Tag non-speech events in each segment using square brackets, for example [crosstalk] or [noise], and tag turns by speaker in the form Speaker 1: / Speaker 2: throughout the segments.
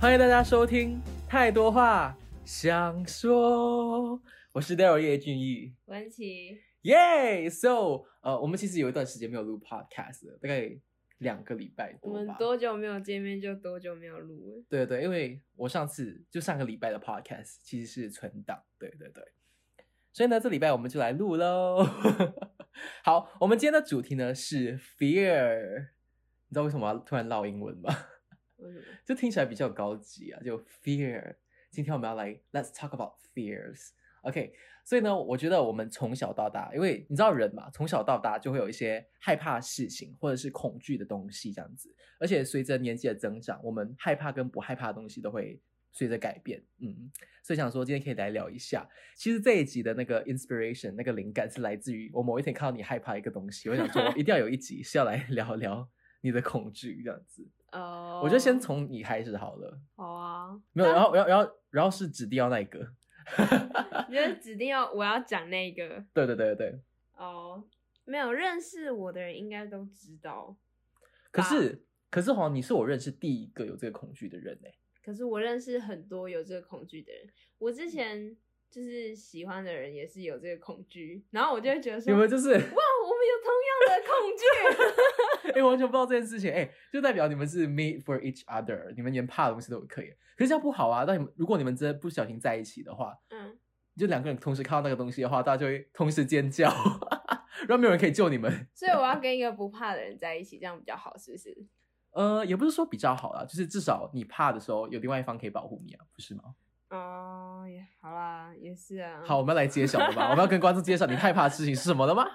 Speaker 1: 欢迎大家收听《太多话想说》，我是 Daryl 叶俊逸，
Speaker 2: 文琪，
Speaker 1: 耶、So，呃，我们其实有一段时间没有录 podcast 了，大概两个礼拜
Speaker 2: 我
Speaker 1: 多
Speaker 2: 们
Speaker 1: 吧。
Speaker 2: 多久没有见面就多久没有录了。
Speaker 1: 对对，因为我上次就上个礼拜的 podcast 其实是存档，对对对，所以呢，这礼拜我们就来录喽。 [laughs] 好，我们今天的主题呢是 fear，你知道为什么我要突然唠英文吗？
Speaker 2: 为什么？
Speaker 1: 就听起来比较高级啊，就 fear。今天我们要来 let's talk about fears。OK，所以呢，我觉得我们从小到大，因为你知道人嘛，从小到大就会有一些害怕事情或者是恐惧的东西这样子，而且随着年纪的增长，我们害怕跟不害怕的东西都会随着改变。嗯，所以想说今天可以来聊一下。其实这一集的那个 inspiration 那个灵感是来自于我某一天看到你害怕一个东西，我想说一定要有一集是要来聊聊你的恐惧这样子。
Speaker 2: 哦、
Speaker 1: 我就先从你开始好了。
Speaker 2: 好啊， [laughs]
Speaker 1: 没有，然后，然后，然后，然后是指定要那一个。
Speaker 2: 你就指定要我要讲那个
Speaker 1: 对对对对对。
Speaker 2: 哦。没有认识我的人应该都知道，
Speaker 1: 可是，可是好像你是我认识第一个有这个恐惧的人哎、
Speaker 2: 可是我认识很多有这个恐惧的人。我
Speaker 1: 嗯
Speaker 2: 之前就是喜欢的人也是有这个恐惧，然后我就会觉得
Speaker 1: 你
Speaker 2: 说，
Speaker 1: 们就是， [laughs]
Speaker 2: 哇，我们有同样的恐惧。
Speaker 1: 哎、完全不知道这件事情哎、就代表你们是 made for each other，你们连怕的东西都可以。可是这样不好啊！但你们如果你们真的不小心在一起的话，
Speaker 2: 嗯，
Speaker 1: 就两个人同时看到那个东西的话，大家就会同时尖叫， [laughs] 然后没有人可以救你们。
Speaker 2: 所以我要跟一个不怕的人在一起，这样比较好，是不是？
Speaker 1: 呃，也不是说比较好啦，就是至少你怕的时候有另外一方可以保护你啊，不是吗？
Speaker 2: 哦，也好啦，也是啊。
Speaker 1: 好，我们要来揭晓
Speaker 2: [laughs]
Speaker 1: 了吧？我们要跟观众揭晓你害怕的事情是什么了吗？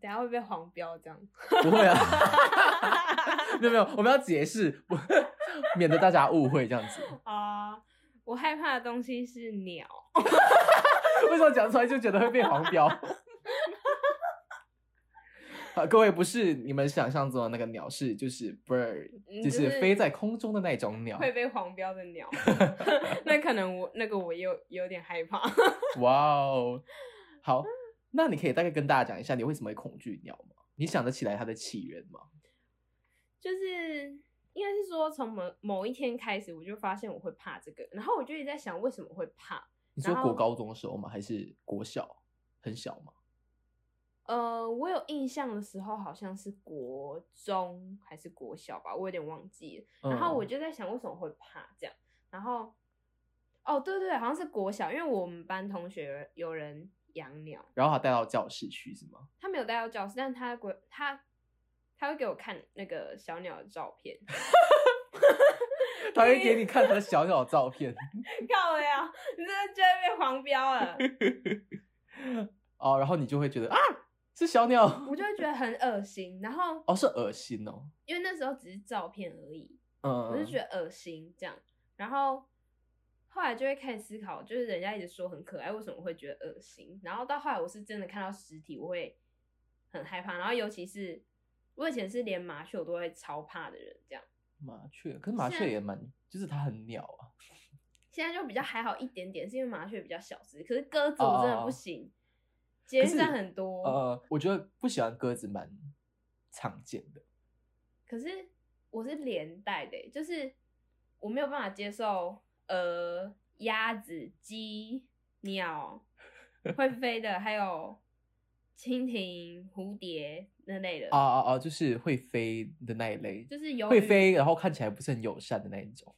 Speaker 2: 等下会被黄标这样。
Speaker 1: 不会啊，
Speaker 2: [laughs]
Speaker 1: 没有没有，我们要解释， [laughs] 不免得大家误会这样子。
Speaker 2: 啊、我害怕的东西是鸟，
Speaker 1: 为什么讲出来就觉得会被黄
Speaker 2: [laughs]
Speaker 1: 标？好，各位不是你们想象中的那个鸟，是就是 bird，
Speaker 2: 嗯
Speaker 1: 就
Speaker 2: 就是
Speaker 1: 是飞在空中的那种鸟。
Speaker 2: 会被黄标的
Speaker 1: [laughs]
Speaker 2: 鸟。 [laughs] 那可能我那个我又有点害怕。 [laughs]
Speaker 1: 哇哦，好，那你可以大概跟大家讲一下你为什么会恐惧鸟吗？你想得起来它的起源吗？
Speaker 2: 就是应该是说从某某一天开始，我就发现我会怕这个，然后我就一直在想为什么会怕。
Speaker 1: 你说
Speaker 2: 然后
Speaker 1: 国高中的时候吗？还是国小很小吗？
Speaker 2: 呃，我有印象的时候好像是国中还是国小吧，我有点忘记了。然后我
Speaker 1: 嗯
Speaker 2: 就在想为什么会怕这样，然后哦对对，好像是国小，因为我们班同学有人养鸟，
Speaker 1: 然后他带到教室去是吗？
Speaker 2: 他没有带到教室，但他给我他他会给我看那个小鸟的照片，
Speaker 1: [laughs]
Speaker 2: [laughs]
Speaker 1: 他会给你看他的小鸟照片
Speaker 2: 靠呀，你真的就会被黄标了， [laughs]
Speaker 1: 哦，然后你就会觉得啊，是小鸟
Speaker 2: 我就会觉得很恶心。然后
Speaker 1: 哦，是恶心哦，
Speaker 2: 因为那时候只是照片而已，
Speaker 1: 嗯，
Speaker 2: 我就觉得恶心这样，然后。后来就会开始思考，就是人家一直说很可爱，为什么会觉得恶心？然后到后来，我是真的看到实体，我会很害怕。然后尤其是我以前是连麻雀我都会超怕的人，这样
Speaker 1: 嗯麻雀，可是麻雀也蛮，就是它很鸟啊，
Speaker 2: 现在就比较还好一点点，是因为麻雀比较小只，可是鸽子我真的不行。
Speaker 1: 哦
Speaker 2: 捷运站很多，
Speaker 1: 呃，我觉得不喜欢鸽子蛮常见的，
Speaker 2: 可
Speaker 1: 呃
Speaker 2: 是我是连带的欸、就是我没有办法接受呃鸭子、鸡、鸟会飞的，还有蜻蜓、蝴蝶那类的，
Speaker 1: 啊啊啊，就是会飞的那一类，
Speaker 2: 就是有
Speaker 1: 会飞，然后看起来不是很友善的那一种，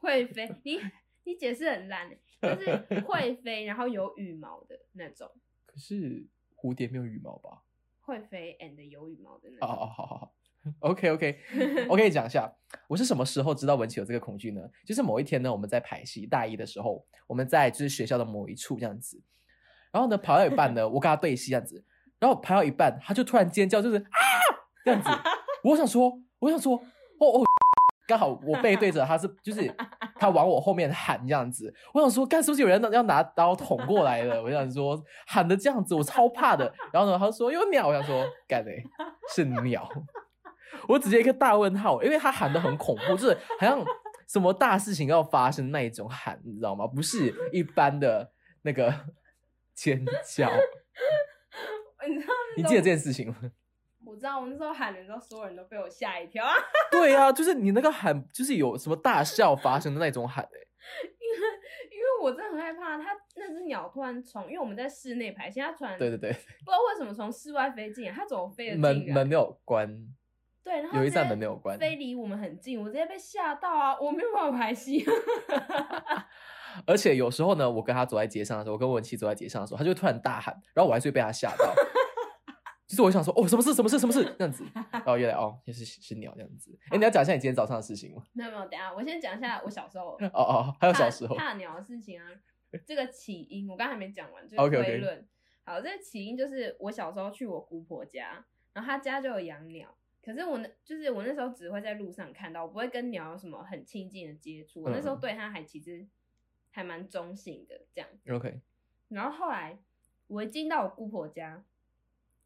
Speaker 2: 会飞。你你解释很烂、欸，就是会飞，然后有羽毛的那种，
Speaker 1: 可是蝴蝶没有羽毛吧？
Speaker 2: 会飞 and 有羽毛的那
Speaker 1: 哦
Speaker 2: [laughs] 种。
Speaker 1: 哦，好好 [laughs] 好。OK OK，我可以讲一下，我是什么时候知道文琪有这个恐惧呢？就是某一天呢，我们在排戏，大一的时候，我们在就是学校的某一处这样子，然后呢，跑到一半呢，我跟他对戏这样子，然后排到一半，他就突然尖叫，就是啊这样子，我想说，我想说，哦哦，刚好我背对着他是，就是他往我后面喊这样子，我想说，干是不是有人要拿刀捅过来了？我想说喊的这样子，我超怕的。然后呢，他就说有鸟，我想说干嘞、是鸟，我直接一个大问号，因为他喊的很恐怖，就是好像什么大事情要发生那一种喊，你知道吗？不是一般的那个尖叫。
Speaker 2: 你知道那
Speaker 1: 你
Speaker 2: 种
Speaker 1: 记得这件事情吗？
Speaker 2: 我知道，我那时候喊的时候，所有人都被我吓一跳，
Speaker 1: 对啊，就是你那个喊，就是有什么大笑发生的那种喊、欸，
Speaker 2: 因为我真的很害怕。它那只鸟突然从，因为我们在室内排戏，它突然
Speaker 1: 对对对，
Speaker 2: 不知道为什么从室外飞进来，它怎么飞得进来？
Speaker 1: 门门没有关，
Speaker 2: 对，然后
Speaker 1: 有一
Speaker 2: 直接
Speaker 1: 扇门没有关，
Speaker 2: 飞离我们很近，我直接被吓到啊！我没有办法排戏，啊
Speaker 1: 而且有时候呢，我跟他走在街上的时候，我跟文琪走在街上的时候，他就突然大喊，然后我还是会被他吓
Speaker 2: [laughs]
Speaker 1: 到。就是我想说，哦，什么事？什么事？什么事？这样子，然后原来哦，也是是鸟这样子。哎、你要讲一下你今天早上的事情吗？
Speaker 2: [laughs] 没有没有，等一下我先讲一下我小时候
Speaker 1: 哦哦，还有小
Speaker 2: 怕
Speaker 1: 时候，
Speaker 2: 怕鸟的事情啊，这个起因我刚才还没讲完，就是
Speaker 1: OK，OK
Speaker 2: 推论。好，这个起因就是我小时候去我姑婆家，然后她家就有养鸟，可是我那就是我那时候只会在路上看到，我不会跟鸟有什么很亲近的接触。我那时候
Speaker 1: 嗯
Speaker 2: 对它还其实还蛮中性的这样。
Speaker 1: OK，
Speaker 2: 然后后来我一进到我姑婆家，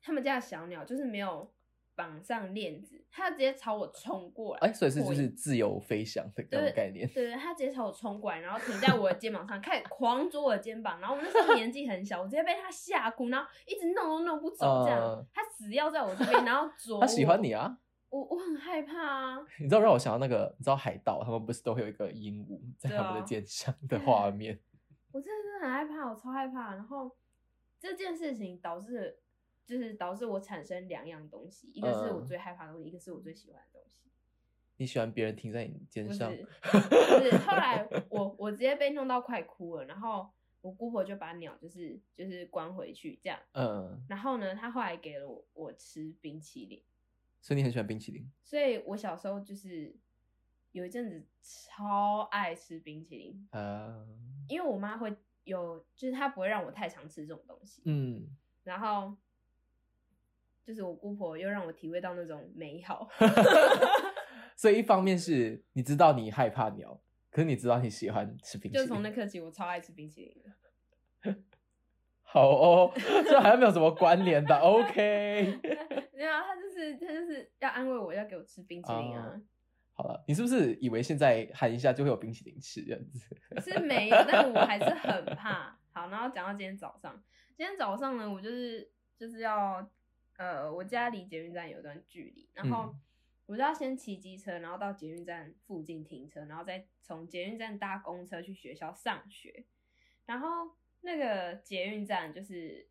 Speaker 2: 他们家的小鸟就是没有绑上链子，它就直接朝我冲过来。
Speaker 1: 哎、所以是
Speaker 2: 破
Speaker 1: 就
Speaker 2: 音
Speaker 1: 是自由飞翔的那
Speaker 2: 对
Speaker 1: 种概念。
Speaker 2: 对对，它直接朝我冲过来，然后停在我的肩膀上， [laughs] 开始狂啄我的肩膀。然后我那时候年纪很小，我直接被它吓哭，然后一直弄都弄不走，这样
Speaker 1: 嗯。
Speaker 2: 它死要在我这边，然后啄。
Speaker 1: 他喜欢你！啊，
Speaker 2: 我我很害怕啊。
Speaker 1: 你知道让我想到那个，你知道海盗他们不是都会有一个鹦鹉在
Speaker 2: 对
Speaker 1: 他们
Speaker 2: 啊
Speaker 1: 的肩上的画面？
Speaker 2: 我真的是很害怕，我超害怕。然后这件事情导致，就是导致我产生两样东西，一个是我
Speaker 1: 嗯
Speaker 2: 最害怕的东西，一个是我最喜欢的东西。
Speaker 1: 你喜欢别人停在你
Speaker 2: 不
Speaker 1: 肩
Speaker 2: 是，
Speaker 1: 上？
Speaker 2: 不是。后来我我直接被弄到快哭了，然后我姑婆就把鸟就是就是关回去这样。
Speaker 1: [laughs] 嗯，
Speaker 2: 然后呢，她后来给了我我吃冰淇淋，
Speaker 1: 所以你很喜欢冰淇淋？
Speaker 2: 所以我小时候就是有一阵子超爱吃冰淇淋，
Speaker 1: 啊，
Speaker 2: 因为我妈会有，就是她不会让我太常吃这种东西。 [laughs]
Speaker 1: 嗯。
Speaker 2: 然后就是我姑婆又让我体会到那种美好， [laughs]
Speaker 1: 所以一方面是你知道你害怕鸟，可是你知道你喜欢吃冰淇
Speaker 2: 就
Speaker 1: 淋。
Speaker 2: 从那刻起，我超爱吃冰淇淋的。
Speaker 1: 好哦，这好像没有什么关联的。OK， [laughs]
Speaker 2: 没有，啊她就是她就是要安慰我，要给我吃冰淇淋啊，
Speaker 1: 好了，你是不是以为现在喊一下就会有冰淇淋吃这样子？
Speaker 2: 是没有，但我还是很怕。好，然后讲到今天早上，今天早上呢，我就是就是要呃，我家离捷运站有一段距离，然后。
Speaker 1: 嗯
Speaker 2: 我就要先骑机车，然后到捷运站附近停车，然后再从捷运站搭公车去学校上学。然后那个捷运站就是，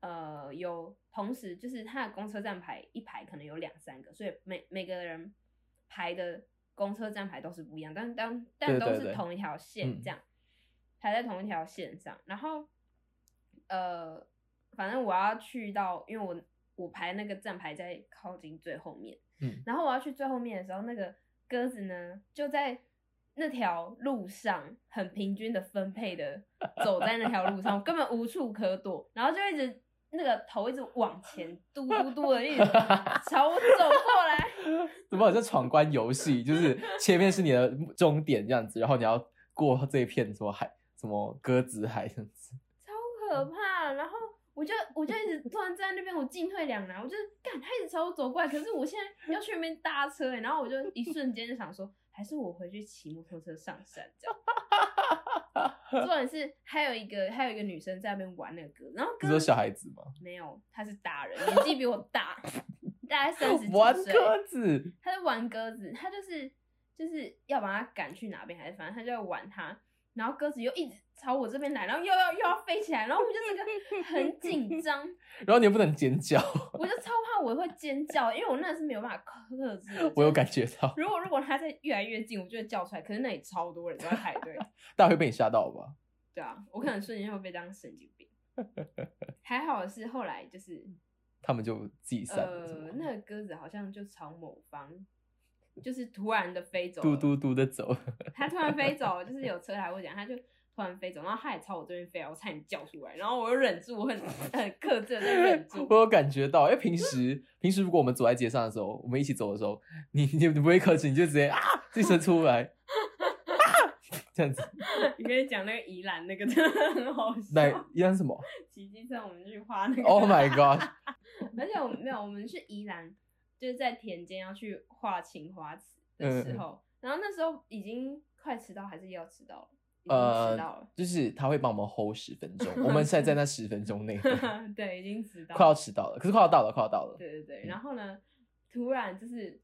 Speaker 2: 呃，有同时就是它的公车站牌一排可能有两三个，所以每每个人排的公车站牌都是不一样，但但但
Speaker 1: 对
Speaker 2: 都
Speaker 1: 对
Speaker 2: 是
Speaker 1: 对
Speaker 2: 同一条线
Speaker 1: 嗯
Speaker 2: 这样，排在同一条线上。然后，呃，反正我要去到，因为我我排那个站牌在靠近最后面。
Speaker 1: 嗯，
Speaker 2: 然后我要去最后面的时候，那个鸽子呢就在那条路上很平均的分配的走在那条路上，我根本无处可躲，然后就一直那个头一直往前嘟嘟嘟的，一直 [laughs] 朝我走过来。
Speaker 1: 怎么好像闯关游戏？就是前面是你的终点这样子，然后你要过这一片什么海，什么鸽子海这样子。
Speaker 2: 可怕。然后我就我就一直突然站在那边，我进退两难，我就是干他一直朝我走过来，可是我现在要去那边搭车、欸，然后我就一瞬间就想说，还是我回去骑摩托车上山这样。重点是还有一个还有一个女生在那边玩那个歌，然后
Speaker 1: 你
Speaker 2: 歌
Speaker 1: 说小孩子吗？
Speaker 2: 没有，她是大人，年纪比我大， [laughs] 大概三十几
Speaker 1: 玩
Speaker 2: 岁。
Speaker 1: 鸽子，
Speaker 2: 他在玩鸽子，他就是就是要把它赶去哪边，还是反正他就在玩它，然后鸽子又一直朝我这边来，然后又要又要飞起来，然后我就整个很紧张，
Speaker 1: 然后你又不能尖叫，
Speaker 2: 我就超怕我会尖叫，因为我那是没有办法克制的。
Speaker 1: 我有
Speaker 2: 就是
Speaker 1: 感觉到，
Speaker 2: 如果如果它在越来越近，我就会叫出来。可是那里超多人都在排队，
Speaker 1: 大家会被你吓到吧？
Speaker 2: 对啊，我可能瞬间会被当神经
Speaker 1: [laughs]
Speaker 2: 病。还好是后来就是
Speaker 1: 他们就自己散了。是吗
Speaker 2: 呃，那个鸽子好像就朝某方，就是突然的飞走
Speaker 1: 嘟
Speaker 2: 了，
Speaker 1: 嘟嘟的走。
Speaker 2: 它突然飞走，就是有车来我讲，它就突然飞走，然后它也朝我这边飞，啊我差点叫出来，然后我又忍住，我很 [laughs] 很克制的在忍住
Speaker 1: 我。有感觉到，因为平时平时如果我们走在街上的时候，我们一起走的时候，你你你不会克制，你就直接啊自己伸出来，啊这样子。
Speaker 2: 你跟你讲那个宜兰那个真的很好
Speaker 1: 那
Speaker 2: 笑，
Speaker 1: 一样是什么
Speaker 2: 骑机车我们去画那个
Speaker 1: ？Oh my god！
Speaker 2: [laughs] 而且我们没有，我们去宜兰，就是在田间要去
Speaker 1: 嗯
Speaker 2: 画青花瓷的时候，然后那时候已经快迟到还是要迟到了，已经迟到
Speaker 1: 呃
Speaker 2: 了，，
Speaker 1: 就是他会帮我们 hold 十分钟，我们现在在那十分
Speaker 2: [laughs]
Speaker 1: 钟内快
Speaker 2: 对，已经迟到了，
Speaker 1: 要迟到了，呃可是快要到了，快要到了。
Speaker 2: 对对对，
Speaker 1: 嗯
Speaker 2: 然后呢，突然就是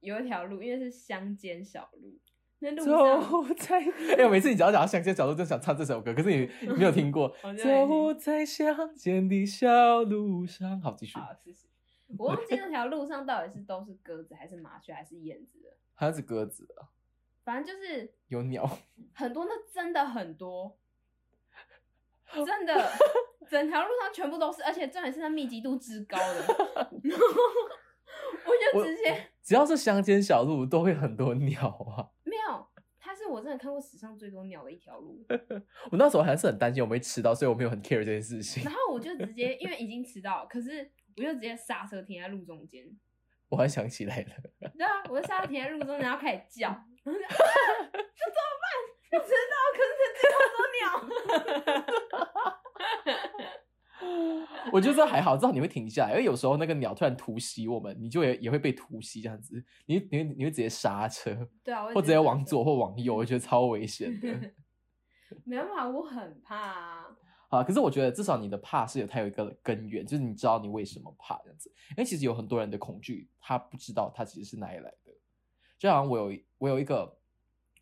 Speaker 2: 有一条路，因为是乡间小路，那路上 [laughs]
Speaker 1: 走在 [laughs] 哎、每次你只要讲到乡间小路，就想唱这首歌，可是
Speaker 2: [laughs]
Speaker 1: 你你没有听过
Speaker 2: 我。就没
Speaker 1: 走在乡间的小路上，好，继续，
Speaker 2: 好，谢谢。我忘记那条路上到底是都是鸽子，还是麻雀，还是燕子了。
Speaker 1: 好像是鸽子，
Speaker 2: 反正就是
Speaker 1: 有鸟，
Speaker 2: [laughs] 很多，那真的很多，真的，整条路上全部都是，而且重点是那密集度之高的，然后我就
Speaker 1: 我
Speaker 2: 直接
Speaker 1: 只要是乡间小路都会很多鸟啊。
Speaker 2: 没有，它是我真的看过史上最多鸟的一条路。
Speaker 1: 我那时候好像是很担心我没吃到，所以我没有很 care 这件事情
Speaker 2: 然。后我就直接因为已经迟到了，可是我就直接刹车停在路中间。
Speaker 1: 我还想起来了，
Speaker 2: 对啊，我就刹车停在路中间，然后开始
Speaker 1: [laughs]
Speaker 2: 叫，然后就、啊、这怎么办？我迟到，
Speaker 1: [laughs]
Speaker 2: 可是这只有多鸟。
Speaker 1: 我觉得这还好，至少你会停下来，因为有时候那个鸟突然突袭我们，你就也也会被突袭这样子，你你会你会直接刹车，
Speaker 2: 对啊，我
Speaker 1: 或直接往左
Speaker 2: 或
Speaker 1: 或往右，我觉得超危险的。
Speaker 2: 没办法，我很怕啊。
Speaker 1: 啊，可是我觉得至少你的怕是有它有一个根源，就是你知道你为什么怕这样子。因为其实有很多人的恐惧，他不知道他其实是哪里来的。就好像我有我有一个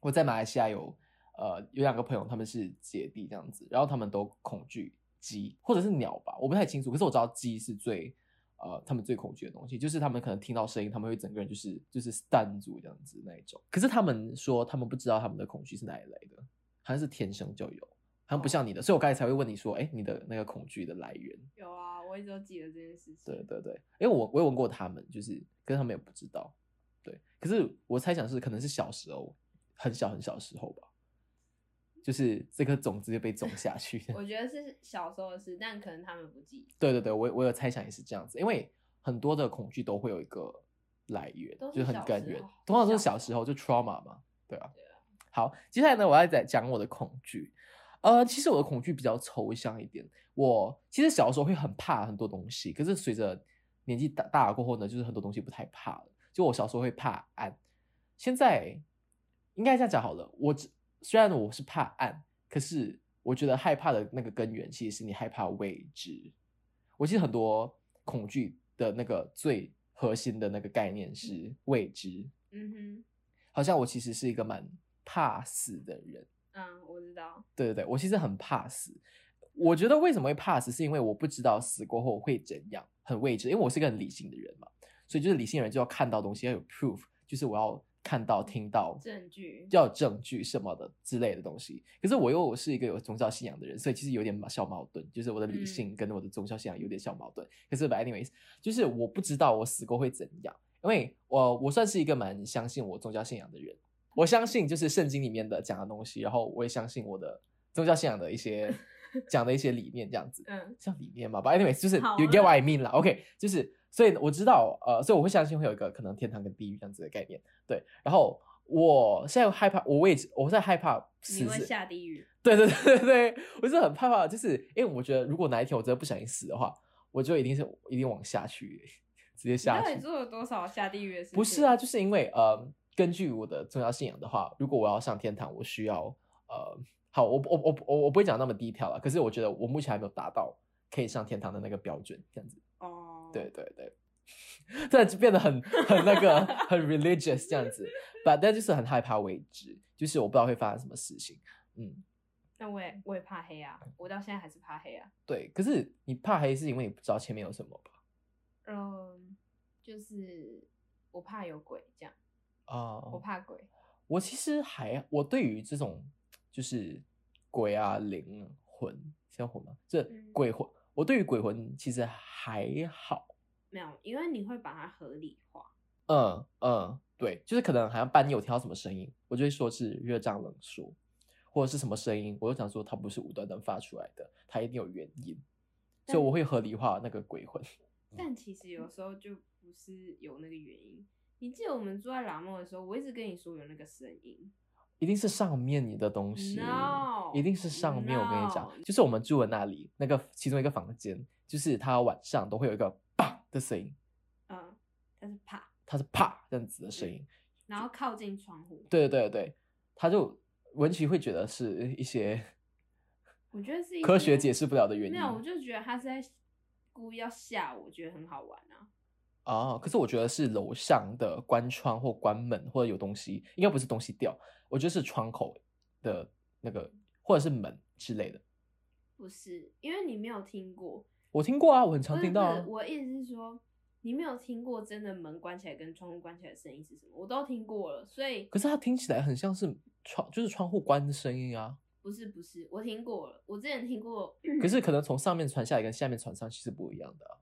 Speaker 1: 我在马来西亚有呃有两个朋友，他们是姐弟这样子，然后他们都恐惧鸡或者是鸟吧，我不太清楚。可是我知道鸡是最呃他们最恐惧的东西，就是他们可能听到声音，他们会整个人就是就是 stand 住这样子那一种。可是他们说他们不知道他们的恐惧是哪里来的，好像是天生就有。好像不像你的，所以我刚才才会问你说，哎，你的那个恐惧的来源？
Speaker 2: 有啊，我一直都记得这件事情。
Speaker 1: 对对对，因为我我也问过他们，就是跟他们也不知道，对。可是我猜想是可能是小时候，很小很小的时候吧，就是这颗种子就被种下去。
Speaker 2: 我觉得是小时候的事，但可能他们不记，
Speaker 1: [laughs] 对对对，我我有猜想也是这样子，因为很多的恐惧都会有一个来源，
Speaker 2: 都是
Speaker 1: 就是很
Speaker 2: 小
Speaker 1: 根
Speaker 2: 时
Speaker 1: 源
Speaker 2: 候，
Speaker 1: 通常都是
Speaker 2: 小
Speaker 1: 小
Speaker 2: 时
Speaker 1: 时候就 trauma 嘛，对啊。好，接下来呢，我要再讲我的恐惧。呃，其实我的恐惧比较抽象一点。我其实小时候会很怕很多东西，可是随着年纪大大了过后呢，就是很多东西不太怕了。就我小时候会怕暗，现在应该这样讲好了。我只虽然我是怕暗，可是我觉得害怕的那个根源其实是你害怕未知。我其实很多恐惧的那个最核心的那个概念是未知，
Speaker 2: 嗯
Speaker 1: 好像我其实是一个蛮怕死的人。
Speaker 2: 哼，嗯，我知道，
Speaker 1: 对对对，我其实很怕死。我觉得为什么会怕死，是因为我不知道死过后会怎样，很未知。因为我是一个很理性的人嘛，所以就是理性人就要看到东西，要有 proof，就是我要看到、听到
Speaker 2: 证据
Speaker 1: 要有证据什么的之类的东西。可是我又是一个有宗教信仰的人，所以其实有点小矛盾，就是我的理
Speaker 2: 嗯
Speaker 1: 性跟我的宗教信仰有点小矛盾。可是 but anyways，就是我不知道我死过会怎样，因为我我算是一个蛮相信我宗教信仰的人，我相信就是圣经里面的讲的东西，然后我也相信我的宗教信仰的一些讲的一些理念这样子。
Speaker 2: 嗯
Speaker 1: 像里面嘛，吧，anyways，就是
Speaker 2: 好
Speaker 1: you get what I mean 啦，OK，就是所以我知道，呃，所以我会相信会有一个可能天堂跟地狱这样子的概念，对。然后我现在害怕，我位置我在害怕
Speaker 2: 你
Speaker 1: 死
Speaker 2: 会
Speaker 1: 是，
Speaker 2: 下地狱，
Speaker 1: 对对对对对，我是很害怕，就是因为我觉得如果哪一天我真的不小心死的话，我就一定是一定往下去，直接
Speaker 2: 你
Speaker 1: 下
Speaker 2: 到底
Speaker 1: 去。
Speaker 2: 做了多少下地狱的事情？
Speaker 1: 不是啊，，就是因为呃，根据我的宗教信仰的话，如果我要上天堂，我需要呃，好，我我我我我不会讲那么低调了，可是我觉得我目前还没有达到可以上天堂的那个标准，这样子。
Speaker 2: 哦，
Speaker 1: 对，对对， [laughs] 突然就变得很很那个很 religious 这样子，but 但就是很害怕未知，就是我不知道会发生什么事情。嗯，
Speaker 2: 那我也我也怕黑啊，我到现在还是怕黑啊。
Speaker 1: 对。可是你怕黑是因为你不知道前面有什么吧？
Speaker 2: 嗯，就是我怕有鬼，这样，
Speaker 1: 啊、
Speaker 2: 我怕鬼。
Speaker 1: 我其实还我对于这种就是鬼啊灵啊魂，像魂吗？这
Speaker 2: 嗯
Speaker 1: 鬼魂，我对于鬼魂其实还好。
Speaker 2: 没有，因为你会把它合理化。
Speaker 1: 嗯嗯，对，就是可能好像半夜我听到什么声音，我就会说是热胀冷缩，或者是什么声音，我就想说它不是无端端发出来的，它一定有原因，所以
Speaker 2: 但
Speaker 1: 我会合理化那个鬼魂。
Speaker 2: 但其实有时候就不是有那个原因。你记得我们住在拉莫的时候，我一直跟你说有那个声音，
Speaker 1: 一定是上面你的东西
Speaker 2: No，
Speaker 1: 一定是上面。我跟你讲
Speaker 2: no，
Speaker 1: 就是我们住的那里那个其中一个房间，就是它晚上都会有一个“砰”的声音，
Speaker 2: 嗯，但是怕，
Speaker 1: 它是“啪”这样子的声音。
Speaker 2: 然后靠近窗户，
Speaker 1: 对对对，他就文琪会觉得是一
Speaker 2: [laughs]
Speaker 1: 些
Speaker 2: 我觉得是一
Speaker 1: 科学
Speaker 2: 些
Speaker 1: 解释不了的原
Speaker 2: 没
Speaker 1: 因
Speaker 2: 有，我就觉得他是在故意要吓我，觉得很好玩啊。
Speaker 1: 啊。可是我觉得是楼上的关窗或关门，或者有东西，应该不是东西掉，我觉得是窗口的那个或者是门之类的。
Speaker 2: 不是，因为你没有听过，
Speaker 1: 我听过啊，我很
Speaker 2: 不
Speaker 1: 常
Speaker 2: 是
Speaker 1: 听到
Speaker 2: 不
Speaker 1: 啊
Speaker 2: 是。我意思是说，你没有听过真的门关起来跟窗户关起来的声音是什么，我都听过了，所以
Speaker 1: 可是它听起来很像是窗，就是窗户关的声音啊。
Speaker 2: 不是不是，我听过了，我之前听过。
Speaker 1: 可是可能从上面传下来跟下面传上去是不一样的啊、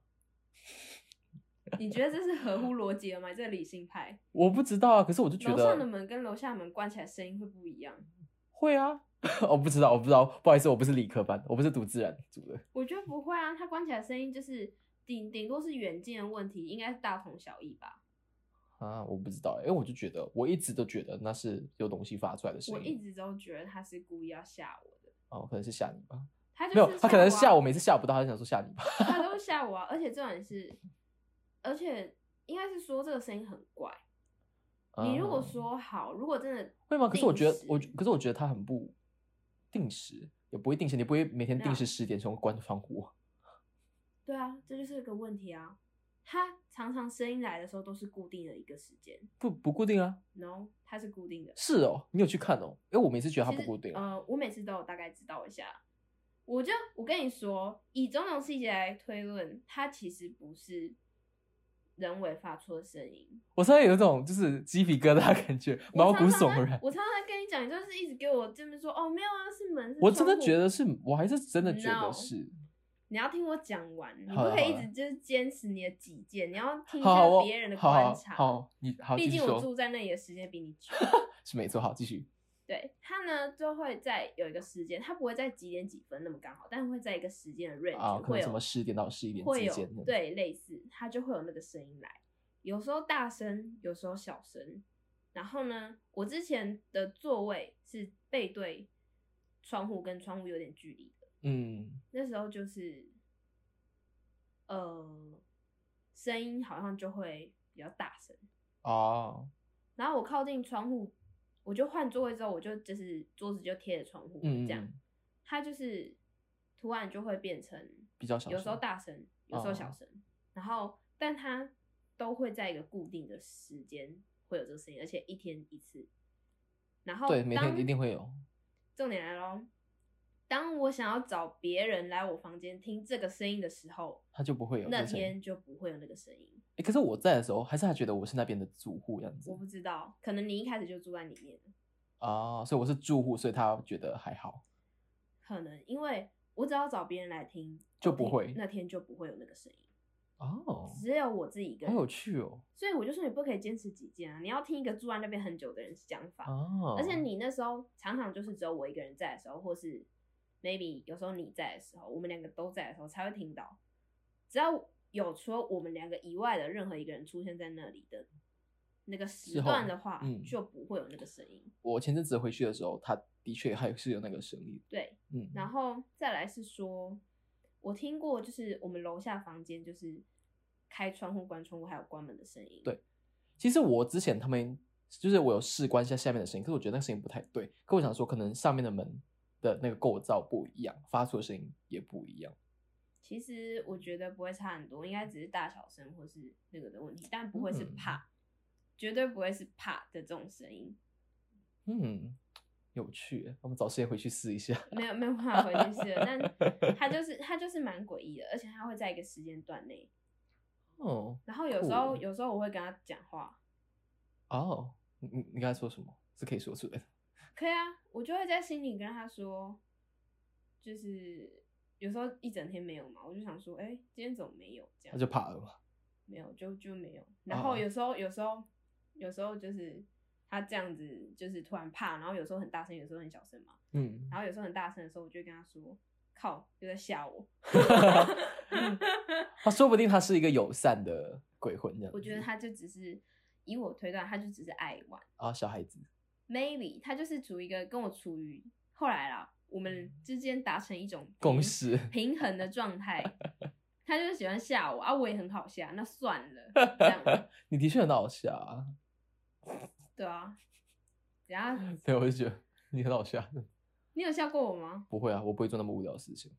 Speaker 2: 你觉得这是合乎逻辑的吗？这个理性派，
Speaker 1: 我不知道啊，可是我就觉
Speaker 2: 楼上
Speaker 1: 得
Speaker 2: 的门跟楼下的门关起来声音会不一样，
Speaker 1: 会啊。 [laughs] 我不知道，我不知道，不好意思，我不是理科班，我不是读自然组的。
Speaker 2: 我觉得不会啊，它关起来声音就是顶顶多是远近的问题，应该是大同小异吧。
Speaker 1: 啊，我不知道欸，因为我就觉得，我一直都觉得那是有东西发出来的声
Speaker 2: 我一
Speaker 1: 音，
Speaker 2: 直都觉得他是故意要吓我的，
Speaker 1: 哦，可能是吓你吧，
Speaker 2: 他就是
Speaker 1: 没有，他可能吓
Speaker 2: 吓
Speaker 1: 我，
Speaker 2: 啊，
Speaker 1: 每次吓不到，他就想说吓你吧，
Speaker 2: 他都吓我啊！而且重点是，而且应该是说这个声音很怪。 [laughs] 你如果
Speaker 1: 啊
Speaker 2: 说好，如果真的
Speaker 1: 会吗？可是我
Speaker 2: 定
Speaker 1: 觉得，我
Speaker 2: 时
Speaker 1: 可是我觉得他很不定时，也不会定时，你不会每天
Speaker 2: 没
Speaker 1: 定
Speaker 2: 有
Speaker 1: 时十点钟关窗户啊，
Speaker 2: 对啊，这就是个问题啊。他常常声音来的时候都是固定的一个时间
Speaker 1: 不不固定啊，
Speaker 2: ，no，它是固定的。
Speaker 1: 是哦，你有去看哦，因为我每次觉得它
Speaker 2: 其
Speaker 1: 不
Speaker 2: 实
Speaker 1: 固定啊，
Speaker 2: 呃，我每次都有大概知道一下。我就我跟你说，以种种细节来推论，它其实不是人为发出的声音，
Speaker 1: 我现在有一种就是鸡皮疙瘩的感觉，
Speaker 2: 我
Speaker 1: 毛骨
Speaker 2: 常常
Speaker 1: 悚
Speaker 2: 在
Speaker 1: 然，
Speaker 2: 我常常在跟你讲，你就是一直给我这么说，哦，没有啊，是门。是
Speaker 1: 我真的
Speaker 2: 窗户
Speaker 1: 觉得是，我还是真的觉得
Speaker 2: No
Speaker 1: 是，
Speaker 2: 你要听我讲完，你
Speaker 1: 好
Speaker 2: 不
Speaker 1: 了
Speaker 2: 可以
Speaker 1: 好了
Speaker 2: 一直就是坚持你的己见，你要听一
Speaker 1: 好好
Speaker 2: 下
Speaker 1: 我
Speaker 2: 别人的
Speaker 1: 好
Speaker 2: 观
Speaker 1: 好
Speaker 2: 察。
Speaker 1: 好，你好，
Speaker 2: 毕
Speaker 1: 继续
Speaker 2: 竟我
Speaker 1: 说，
Speaker 2: 住在那里的时间比你久。
Speaker 1: 是没错，好，继续，
Speaker 2: 对他呢，就会在有一个时间，他不会在几点几分那么刚好，但会在一个时间的 range、
Speaker 1: 啊，可
Speaker 2: 会
Speaker 1: 能
Speaker 2: 有
Speaker 1: 什么十点到十一点
Speaker 2: 会
Speaker 1: 之
Speaker 2: 有
Speaker 1: 间的
Speaker 2: 对类似，它就会有那个声音来，有时候大声，有时候小声。然后呢，我之前的座位是背对窗户，跟窗户有点距离的。
Speaker 1: 嗯，
Speaker 2: 那时候就是，呃，声音好像就会比较大声。
Speaker 1: 哦，
Speaker 2: 然后我靠近窗户，我就换座位之后，我就就是桌子就贴着窗户
Speaker 1: 嗯，
Speaker 2: 这样
Speaker 1: 嗯，
Speaker 2: 它就是突然就会变成
Speaker 1: 比较小声，
Speaker 2: 有时候大声，有时候小
Speaker 1: 哦
Speaker 2: 声，然后但它都会在一个固定的时间会有这个声音，而且一天一次。然后
Speaker 1: 对，每天
Speaker 2: 当
Speaker 1: 一定会有，
Speaker 2: 重点来喽，当我想要找别人来我房间听这个声音的时候，
Speaker 1: 他就不会有
Speaker 2: 那
Speaker 1: 这声音
Speaker 2: 天就不会有那个声音。
Speaker 1: 诶可是我在的时候，还是他觉得我是那边的住户这样子
Speaker 2: 我不知道，可能你一开始就住在里面，
Speaker 1: 啊，所以我是住户，所以他觉得还好，
Speaker 2: 可能因为我只要找别人来听，
Speaker 1: 就
Speaker 2: 我
Speaker 1: 不
Speaker 2: 听
Speaker 1: 会
Speaker 2: 那天就不会有那个声音，
Speaker 1: 哦，
Speaker 2: 只有我自己一个
Speaker 1: 好
Speaker 2: 人。
Speaker 1: 有趣哦，
Speaker 2: 所以我就说你不可以坚持己见啊，你要听一个住在那边很久的人讲法。
Speaker 1: 哦，
Speaker 2: 而且你那时候常常就是只有我一个人在的时候，或是 maybe 有时候你在的时候，我们两个都在的时候才会听到。只要有除了我们两个以外的任何一个人出现在那里的那个时
Speaker 1: 之后
Speaker 2: 段的话，
Speaker 1: 嗯
Speaker 2: 就不会有那个声音。
Speaker 1: 我前阵子回去的时候，他的确还是有那个声音，
Speaker 2: 对，
Speaker 1: 嗯，
Speaker 2: 然后再来是说，我听过就是我们楼下房间就是开窗户、关窗户还有关门的声音。
Speaker 1: 对其实我之前他们就是我有试关一下下面的声音，可是我觉得那个声音不太对。可我想说，可能上面的门的那个构造不一样，发出的声音也不一样。
Speaker 2: 其实我觉得不会差很多，应该只是大小声或是那个的问题，但不会是
Speaker 1: 嗯
Speaker 2: 怕，绝对不会是怕的这种声音，
Speaker 1: 嗯，有趣耶，我们找时间回去试一下。
Speaker 2: 没有没有办法回去试了。
Speaker 1: [laughs]
Speaker 2: 但它就是它就是蛮诡异的，而且它会在一个时间段内，
Speaker 1: 哦
Speaker 2: 然后有时候
Speaker 1: 酷
Speaker 2: 有时候我会跟他讲话，
Speaker 1: 哦，你你你刚才说什么？是可以说出来的。
Speaker 2: 可以啊，我就会在心里跟他说，就是有时候一整天没有嘛，我就想说，哎、今天怎么没有这样？
Speaker 1: 他就嗯怕了嘛。
Speaker 2: 没有，就就没有。然后有时候，有时候，有时候就是他这样子，就是突然怕，然后有时候很大声，有时候很小声嘛。
Speaker 1: 嗯，
Speaker 2: 然后有时候很大声的时候，我就会跟他说：“靠，又在吓我。 [laughs] 嗯
Speaker 1: 他说不定他是一个友善的鬼魂这样”子。
Speaker 2: 我觉得他就只是以我推断，他就只是爱玩
Speaker 1: 啊，小孩子
Speaker 2: ，maybe 他就是处于一个跟我处于后来啦，我们之间达成一种
Speaker 1: 嗯共
Speaker 2: 平
Speaker 1: 识。
Speaker 2: 平衡的状态。 [laughs] 他就是喜欢吓我啊，我也很好吓，那算了，这样
Speaker 1: [laughs] 你的确很好笑啊。
Speaker 2: 对啊。然后
Speaker 1: 对，我就觉得你很好笑。
Speaker 2: 你有笑过我吗？
Speaker 1: 不会啊，我不会做那么无聊的事情。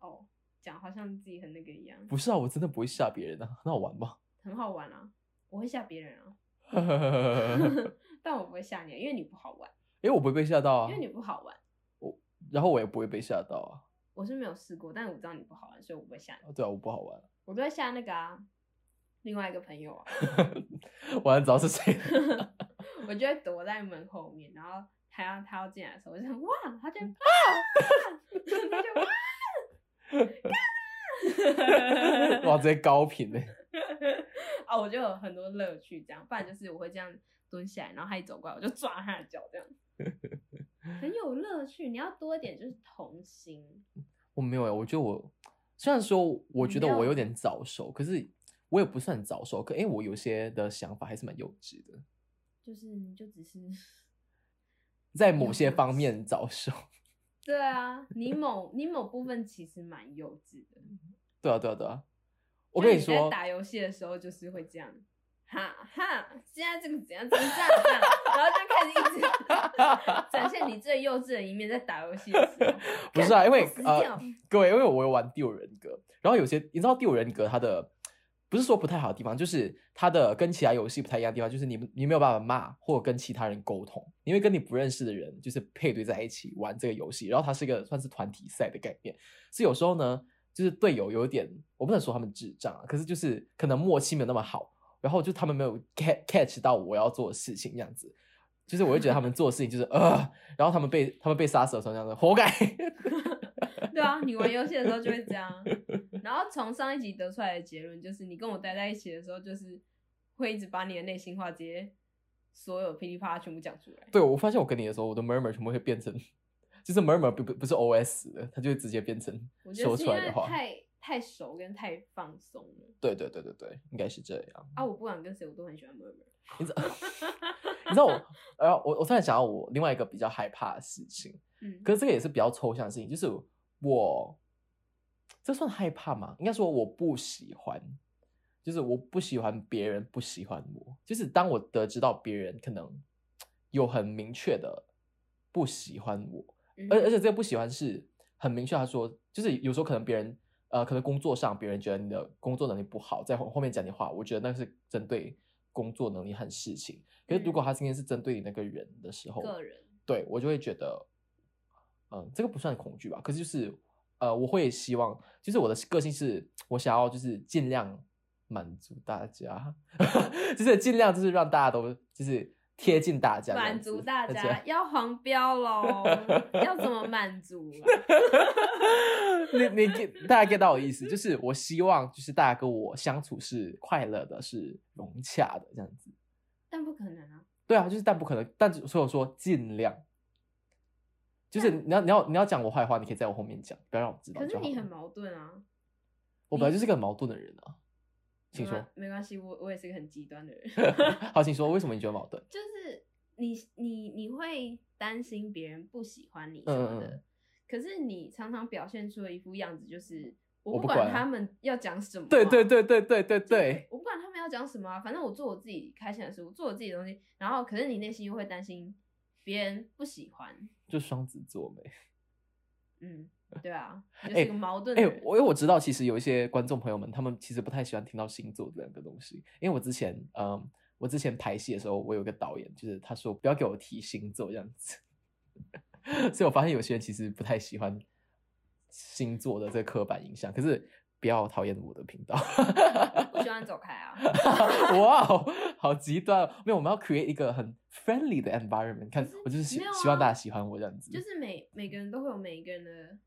Speaker 2: 哦，讲好像自己很那个一样，
Speaker 1: 不是啊，我真的不会吓别人啊，很好玩吗？ [laughs]
Speaker 2: 很好玩啊，我会吓别人啊，
Speaker 1: 哎、
Speaker 2: 但我不会吓你，啊因为你不好玩，
Speaker 1: 我不会被吓到啊
Speaker 2: 因为，你不好玩。
Speaker 1: 然后我也不会被吓到啊。
Speaker 2: 我是没有试过，但我知道你不好玩，所以我不会吓你。
Speaker 1: 对啊，我不好玩，
Speaker 2: 我都会吓那个啊，另外一个朋友啊，
Speaker 1: 我还知道是
Speaker 2: [laughs]
Speaker 1: 谁。
Speaker 2: 我就会躲在门后面，然后他要他要进来的时候，我就想哇，他就啊，他就哇，
Speaker 1: 哇，直接高频欸嘞！
Speaker 2: 啊，我就有很多乐趣这样，不然就是我会这样蹲下来，然后他一走过来，我就抓他的脚这样，很有乐趣。你要多一点就是童心，
Speaker 1: 我没有哎、我觉得我虽然说我
Speaker 2: 你
Speaker 1: 觉得
Speaker 2: 没有啊
Speaker 1: 我有点早熟，可是我也不算早熟，可因为我有些的想法还是蛮幼稚的，
Speaker 2: 就是你就只是
Speaker 1: 在某些
Speaker 2: 幼
Speaker 1: 方
Speaker 2: 稚
Speaker 1: 面早熟。 [laughs]
Speaker 2: 对啊，你某你某部分其实蛮幼稚的。
Speaker 1: 对啊，对啊，对啊。我
Speaker 2: 就
Speaker 1: 跟
Speaker 2: 你
Speaker 1: 说
Speaker 2: 在，打游戏的时候就是会这样，哈哈，现在这个怎样怎样怎样，然后就开始一直
Speaker 1: [laughs]
Speaker 2: 展现你最幼稚的一面，在打游戏的时候。
Speaker 1: 不是啊，因为
Speaker 2: 死
Speaker 1: 呃
Speaker 2: 掉，
Speaker 1: 各位，因为我有玩《第五人格》，然后有些你知道《第五人格》它的不是说不太好的地方，就是它的跟其他游戏不太一样的地方，就是你不你没有办法骂或者跟其他人沟通，因为跟你不认识的人就是配对在一起玩这个游戏，然后它是一个算是团体赛的概念，所以有时候呢，就是队友有一点我不能说他们智障啊，可是就是可能默契没有那么好，然后就他们没有 catch catch 到我要做的事情这样子。就是我会觉得他们做的事情就是呃，然后他们被他们被杀死的时候，这样子活该。
Speaker 2: 对啊，你玩游戏的时候就会这样。然后从上一集得出来的结论就是，你跟我待在一起的时候，就是会一直把你的内心话直接所有噼里啪啦全部讲出来。
Speaker 1: 对，我发现我跟你的时候，我的 murmur 全部会变成，就是 murmur 不不不是 OS 的，它就会直接变成
Speaker 2: 我觉
Speaker 1: 说
Speaker 2: 得是
Speaker 1: 出
Speaker 2: 因
Speaker 1: 来
Speaker 2: 为
Speaker 1: 的话。
Speaker 2: 太太熟跟太放松了
Speaker 1: 对对对对对，应该是这样。
Speaker 2: 啊！我不管跟谁，我都很喜欢 murmur。
Speaker 1: 你知道， [laughs] 你知
Speaker 2: [laughs]
Speaker 1: 道我，然后我我突然想到我另外一个比较害怕的事情，
Speaker 2: 嗯，
Speaker 1: 可是这个也是比较抽象的事情，就是我这算害怕吗？应该说我不喜欢，就是我不喜欢别人不喜欢我。就是当我得知到别人可能有很明确的不喜欢我，
Speaker 2: 嗯
Speaker 1: 而而且这个不喜欢是很明确，他说就是有时候可能别人呃，可能工作上别人觉得你的工作能力不好，在后后面讲你话，我觉得那是针对工作能力和事情。可是如果他今天是针对你那个人的时候，
Speaker 2: 嗯个人
Speaker 1: 对我就会觉得，嗯，这个不算恐惧吧？可是就是，呃，我会希望，就是我的个性是，我想要就是尽量满足大家， [laughs] 就是尽量就是让大家都就是贴近大家这样
Speaker 2: 满
Speaker 1: 子，
Speaker 2: 足大
Speaker 1: 而且
Speaker 2: 家要黄标喽，要怎么满足
Speaker 1: [laughs]
Speaker 2: 啊？
Speaker 1: 你 [laughs] 你 get 大家 get 到我意思，就是我希望就是大家跟我相处是快乐的，是融洽的这样子。
Speaker 2: 但不可能啊！
Speaker 1: 对啊，就是但不可能，但所以我说尽量，就是你要你要你要讲我坏话，你可以在我后面讲，不要让我知道
Speaker 2: 可
Speaker 1: 就是好
Speaker 2: 你很
Speaker 1: 了
Speaker 2: 矛盾啊。
Speaker 1: 我本来就是个很矛盾的人啊，
Speaker 2: 没
Speaker 1: 请说
Speaker 2: 关，没关系，我我也是一个很极端的
Speaker 1: [laughs]
Speaker 2: 人，
Speaker 1: 好，请说，为什么你觉得矛盾？ [laughs]
Speaker 2: 就是你你你会担心别人不喜欢你什
Speaker 1: 嗯
Speaker 2: 么的，
Speaker 1: 嗯嗯
Speaker 2: 可是你常常表现出的一副样子就是我
Speaker 1: 我不
Speaker 2: 管
Speaker 1: 管
Speaker 2: 他们要讲什么啊、
Speaker 1: 对对对对对对
Speaker 2: 就是
Speaker 1: 对，
Speaker 2: 我不管他们要讲什么啊，反正我做我自己开心的事，我做我自己的东西，然后可是你内心又会担心别人不喜欢，
Speaker 1: 就双子座呗。
Speaker 2: 嗯，对啊，就是一个矛盾的
Speaker 1: 哎、
Speaker 2: 人。
Speaker 1: 我因为我知道，其实有一些观众朋友们，他们其实不太喜欢听到星座这两个东西。因为我之前，嗯，我之前排戏的时候，我有个导演，就是他说不要给我提星座这样子， [laughs] 所以我发现有些人其实不太喜欢星座的这个刻板印象。可是不要讨厌我的频道， [laughs]
Speaker 2: 我喜欢走开啊！
Speaker 1: 哇哦，好极端、哦！没有，我们要 create 一个很 friendly 的 environment，看
Speaker 2: 可是
Speaker 1: 我就是希、
Speaker 2: 没有啊
Speaker 1: 希望大家喜欢我这样子，
Speaker 2: 就是每每个人都会有每一个人的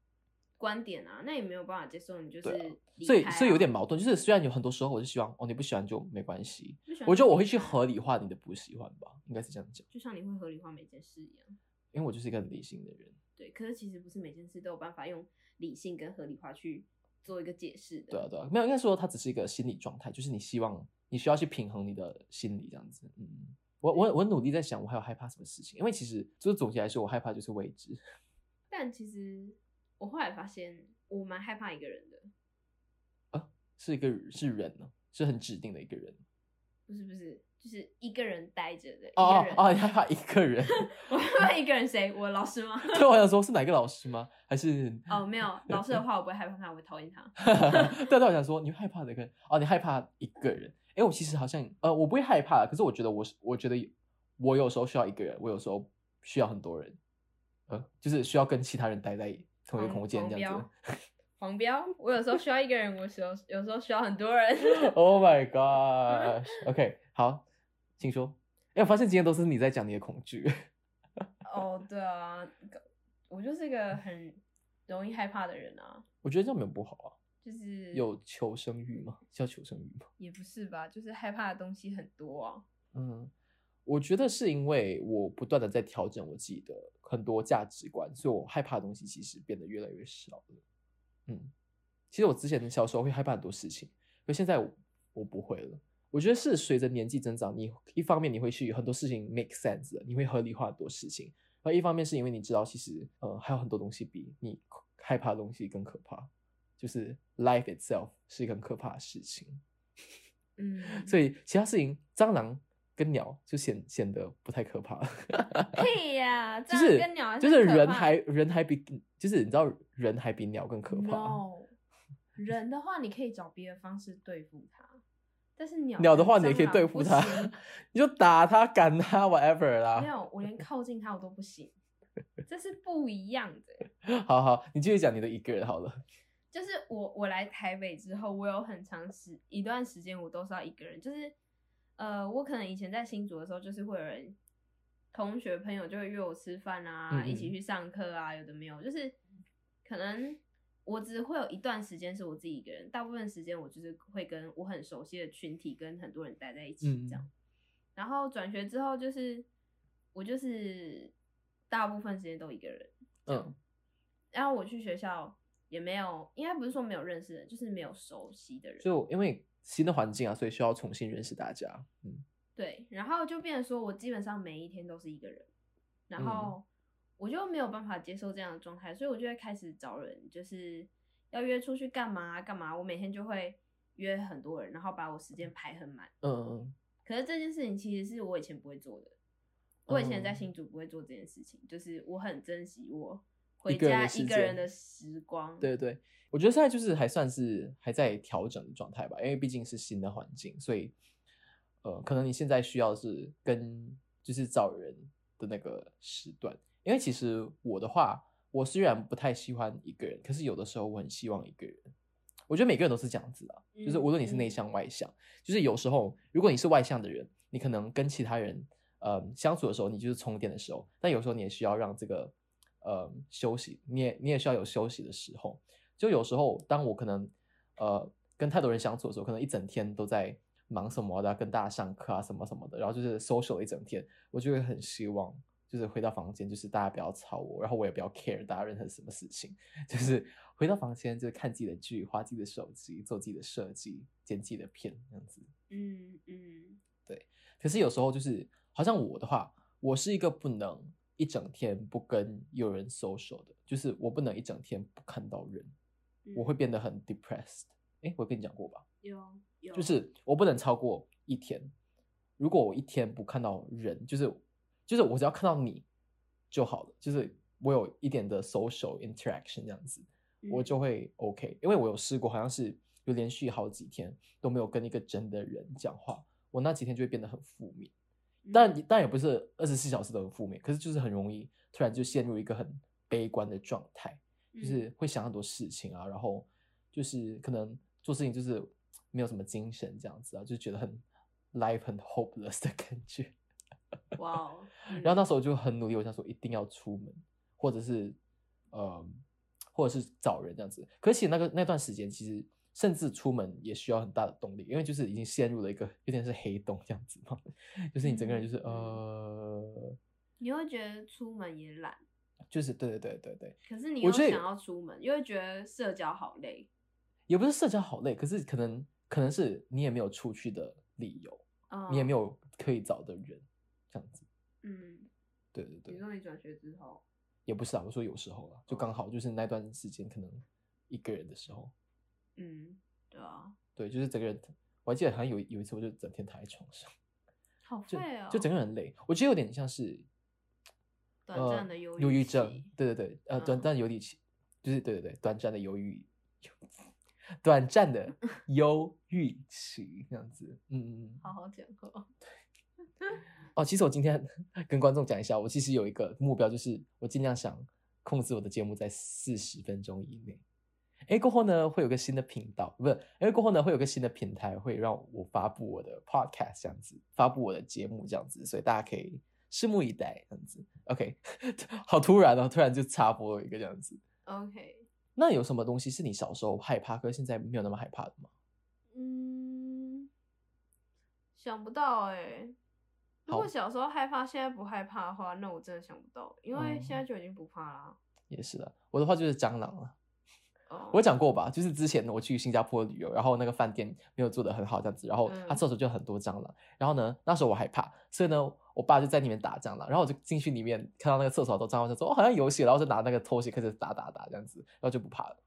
Speaker 2: 观点啊，那也没有办法接受，你就是
Speaker 1: 对啊
Speaker 2: 离
Speaker 1: 所以
Speaker 2: 开啊
Speaker 1: 所以有点矛盾。就是虽然有很多时候我是希望哦你不喜欢就没关系，
Speaker 2: 不喜欢
Speaker 1: 我觉得
Speaker 2: 就
Speaker 1: 我会去
Speaker 2: 离开啊
Speaker 1: 合理化你的不喜欢吧，应该是这样讲，
Speaker 2: 就像你会合理化每件事一样。
Speaker 1: 因为我就是一个很理性的人。
Speaker 2: 对，可是其实不是每件事都有办法用理性跟合理化去做一个解释的。
Speaker 1: 对啊，对啊，没有，应该说它只是一个心理状态，就是你希望你需要去平衡你的心理这样子。嗯，我我我努力在想，我还有害怕什么事情？因为其实就是总结来说，我害怕就是未知。 [laughs]
Speaker 2: 但其实我后来发现，我蛮害怕一个人的，
Speaker 1: 哦是一个是人呢，是很指定的一个人。
Speaker 2: 不是不是，就是一个人待着的，
Speaker 1: 哦哦
Speaker 2: [laughs]
Speaker 1: 哦，
Speaker 2: 一
Speaker 1: 你害怕一个人？ [laughs]
Speaker 2: 个人，我会一个人谁？我老师吗？
Speaker 1: 对，我想说，是哪个老师吗？还是？
Speaker 2: 哦，没有，老师的话我不会害怕他，我会讨厌他。
Speaker 1: [laughs] 对对，我想说，你害怕哪个人？哦，你害怕一个人？哎，我其实好像，呃，我不会害怕，可是我觉得我是，我觉得我有时候需要一个人，我有时候需要很多人，呃，就是需要跟其他人待在同一个
Speaker 2: 黄
Speaker 1: 空间
Speaker 2: 黄
Speaker 1: 这样子。
Speaker 2: 黄标，我有时候需要一个人，我有时候有时候需要很多人。 [laughs]
Speaker 1: Oh my [laughs] gosh！OK，、好，请说。哎，我发现今天都是你在讲你的恐惧。 [laughs]
Speaker 2: 哦，对啊，我就是个很容易害怕的人啊，
Speaker 1: 我觉得这样没有不好啊，
Speaker 2: 就是
Speaker 1: 有求生欲吗？叫求生欲吗？
Speaker 2: 也不是吧，就是害怕的东西很多啊。
Speaker 1: 嗯，我觉得是因为我不断的在调整我自己的很多价值观，所以我害怕的东西其实变得越来越少了。嗯，其实我之前小时候会害怕很多事情，可现在我我不会了。我觉得是随着年纪增长，你一方面你会去很多事情 make sense 的，你会合理化很多事情，然后一方面是因为你知道其实呃还有很多东西比你害怕的东西更可怕，就是 life itself 是一个很可怕的事情。
Speaker 2: 嗯，
Speaker 1: [laughs] 所以其他事情，蟑螂跟鸟就显显得不太可怕，
Speaker 2: 屁呀、
Speaker 1: [laughs] 就
Speaker 2: 这样
Speaker 1: 是
Speaker 2: 跟鸟还
Speaker 1: 就是是
Speaker 2: 很可
Speaker 1: 人
Speaker 2: 怕
Speaker 1: 还人还比就是你知道人还比鸟更可怕
Speaker 2: No，人的话你可以找别的方式对付它，但是鸟
Speaker 1: 鸟的
Speaker 2: 跟
Speaker 1: 话你也
Speaker 2: 蟑
Speaker 1: 可以
Speaker 2: 螂
Speaker 1: 对
Speaker 2: 不
Speaker 1: 付它
Speaker 2: 行，
Speaker 1: [laughs] 你就打它赶它 whatever
Speaker 2: 没
Speaker 1: 啦。
Speaker 2: 有，我连靠近它我都不行，这是不一样的。
Speaker 1: 好好，你继续讲你的一个人好了。
Speaker 2: 就是我我来台北之后，我有很长时一段时间我都是要一个人，就是呃，我可能以前在新竹的时候，就是会有人同学朋友就会约我吃饭啊，
Speaker 1: 嗯嗯
Speaker 2: 一起去上课啊，有的没有，就是可能我只会有一段时间是我自己一个人，大部分时间我就是会跟我很熟悉的群体跟很多人待在一起
Speaker 1: 嗯
Speaker 2: 这样。然后转学之后，就是我就是大部分时间都一个人，
Speaker 1: 嗯
Speaker 2: 然后我去学校也没有，应该不是说没有认识的，就是没有熟悉的人。
Speaker 1: 就因为新的环境啊，所以需要重新认识大家。嗯
Speaker 2: 对，然后就变成说我基本上每一天都是一个人，
Speaker 1: 嗯
Speaker 2: 然后我就没有办法接受这样的状态，所以我就会开始找人，就是要约出去干嘛啊干嘛。我每天就会约很多人，然后把我时间排很满。
Speaker 1: 嗯嗯
Speaker 2: 可是这件事情其实是我以前不会做的，我以前在
Speaker 1: 嗯
Speaker 2: 新竹不会做这件事情，就是我很珍惜我
Speaker 1: 一
Speaker 2: 回
Speaker 1: 个人
Speaker 2: 家
Speaker 1: 的时
Speaker 2: 一个人
Speaker 1: 间
Speaker 2: 的时光。
Speaker 1: 对对，我觉得现在就是还算是还在调整的状态吧，因为毕竟是新的环境，所以呃，可能你现在需要是跟就是找人的那个时段，因为其实我的话，我虽然不太喜欢一个人，可是有的时候我很希望一个人。我觉得每个人都是这样子啊，就是无论你是内
Speaker 2: 嗯嗯
Speaker 1: 向外向，就是有时候如果你是外向的人，你可能跟其他人呃相处的时候，你就是充电的时候，但有时候你也需要让这个呃休息，你也你也需要有休息的时候。就有时候当我可能呃跟太多人相处的时候，可能一整天都在忙什么的啊，跟大家上课啊什么什么的，然后就是 social 一整天，我就会很希望。就是回到房间，就是大家不要吵我，然后我也不要 care 大家任何什么事情，就是回到房间就是看自己的剧，划自己的手机，做自己的设计，剪自己的片这样子。
Speaker 2: 嗯嗯，
Speaker 1: 可是有时候就是，好像我的话，我是一个不能一整天不跟有人 social 的，就是我不能一整天不看到人，
Speaker 2: 嗯
Speaker 1: 我会变得很 depressed。诶，我跟你讲过吧，
Speaker 2: 有有，
Speaker 1: 就是我不能超过一天。如果我一天不看到人，就是就是我只要看到你就好了，就是我有一点的 social interaction 这样子。我
Speaker 2: 嗯
Speaker 1: 就会 OK，因为我有试过，好像是有连续好几天都没有跟一个真的人讲话，我那几天就会变得很负面。
Speaker 2: 嗯
Speaker 1: 但但也不是二十四小时都很负面，可是就是很容易突然就陷入一个很悲观的状态，就
Speaker 2: 嗯
Speaker 1: 是会想很多事情啊，然后就是可能做事情就是没有什么精神这样子啊，就觉得很 life 很 hopeless 的感觉。
Speaker 2: 哇哦，
Speaker 1: [laughs] 然后
Speaker 2: 呢？
Speaker 1: 那时候就很努力，我想说一定要出门，或者是呃，或者是找人这样子。可是其实那个那段时间，其实甚至出门也需要很大的动力，因为就是已经陷入了一个有点是黑洞这样子嘛，就是你整个人就是、
Speaker 2: 嗯
Speaker 1: 呃，
Speaker 2: 你会觉得出门也懒，
Speaker 1: 就是对对对对对，
Speaker 2: 可是你
Speaker 1: 我
Speaker 2: 又
Speaker 1: 觉得
Speaker 2: 想要出门，又会觉得社交好累。
Speaker 1: 也不是社交好累，可是可能可能是你也没有出去的理由，
Speaker 2: 嗯，
Speaker 1: 你也没
Speaker 2: 有，
Speaker 1: 有可以找的人这样子。
Speaker 2: 嗯，
Speaker 1: 对对对
Speaker 2: 你，说你转学之后，
Speaker 1: 也不是啊，我说有时候啊，就刚好就是那段时间可能一个人的时候。
Speaker 2: 嗯，对啊，
Speaker 1: 对，就是整个人，我还记得好像有一有一次，我就整天躺在床上，
Speaker 2: 好
Speaker 1: 就
Speaker 2: 会哦，
Speaker 1: 就整个人很累。我觉得有点像是
Speaker 2: 短
Speaker 1: 呃
Speaker 2: 暂的忧
Speaker 1: 忧郁
Speaker 2: 郁
Speaker 1: 症
Speaker 2: 期，
Speaker 1: 对对对，呃，短
Speaker 2: 嗯
Speaker 1: 暂有点期，就是对对对，短暂的忧郁， [laughs] 短暂的
Speaker 2: [laughs]
Speaker 1: 忧郁期这样子，嗯嗯嗯。
Speaker 2: 好好讲话。
Speaker 1: 哦，其实我今天 [laughs] 跟观众讲一下，我其实有一个目标，就是我尽量想控制我的节目在四十分钟以内。哎，过后呢会有个新的频道，不是？因为过后呢会有个新的平台，会让我发布我的 podcast 这样子，发布我的节目这样子，所以大家可以拭目以待这样子。OK，好 [laughs] 突然哦，突然就插播了一个这样子。
Speaker 2: OK，
Speaker 1: 那有什么东西是你小时候害怕，可是现在没有那么害怕的吗？
Speaker 2: 嗯，想不到哎、如
Speaker 1: 好
Speaker 2: 果小时候害怕，现在不害怕的话，那我真的想不到，因为现在
Speaker 1: 嗯
Speaker 2: 就已经不怕啦。
Speaker 1: 也是的，我的话就是蟑螂啊了。
Speaker 2: 哦，
Speaker 1: 我讲过吧，就是之前我去新加坡旅游，然后那个饭店没有做的很好这样子，然后
Speaker 2: 嗯
Speaker 1: 他厕所就很多蟑螂，然后呢，那时候我害怕，所以呢，我爸就在里面打蟑螂，然后我就进去里面看到那个厕所都蟑螂，就说哦好像有血，然后就拿那个拖鞋开始打打打这样子，然后就不怕了。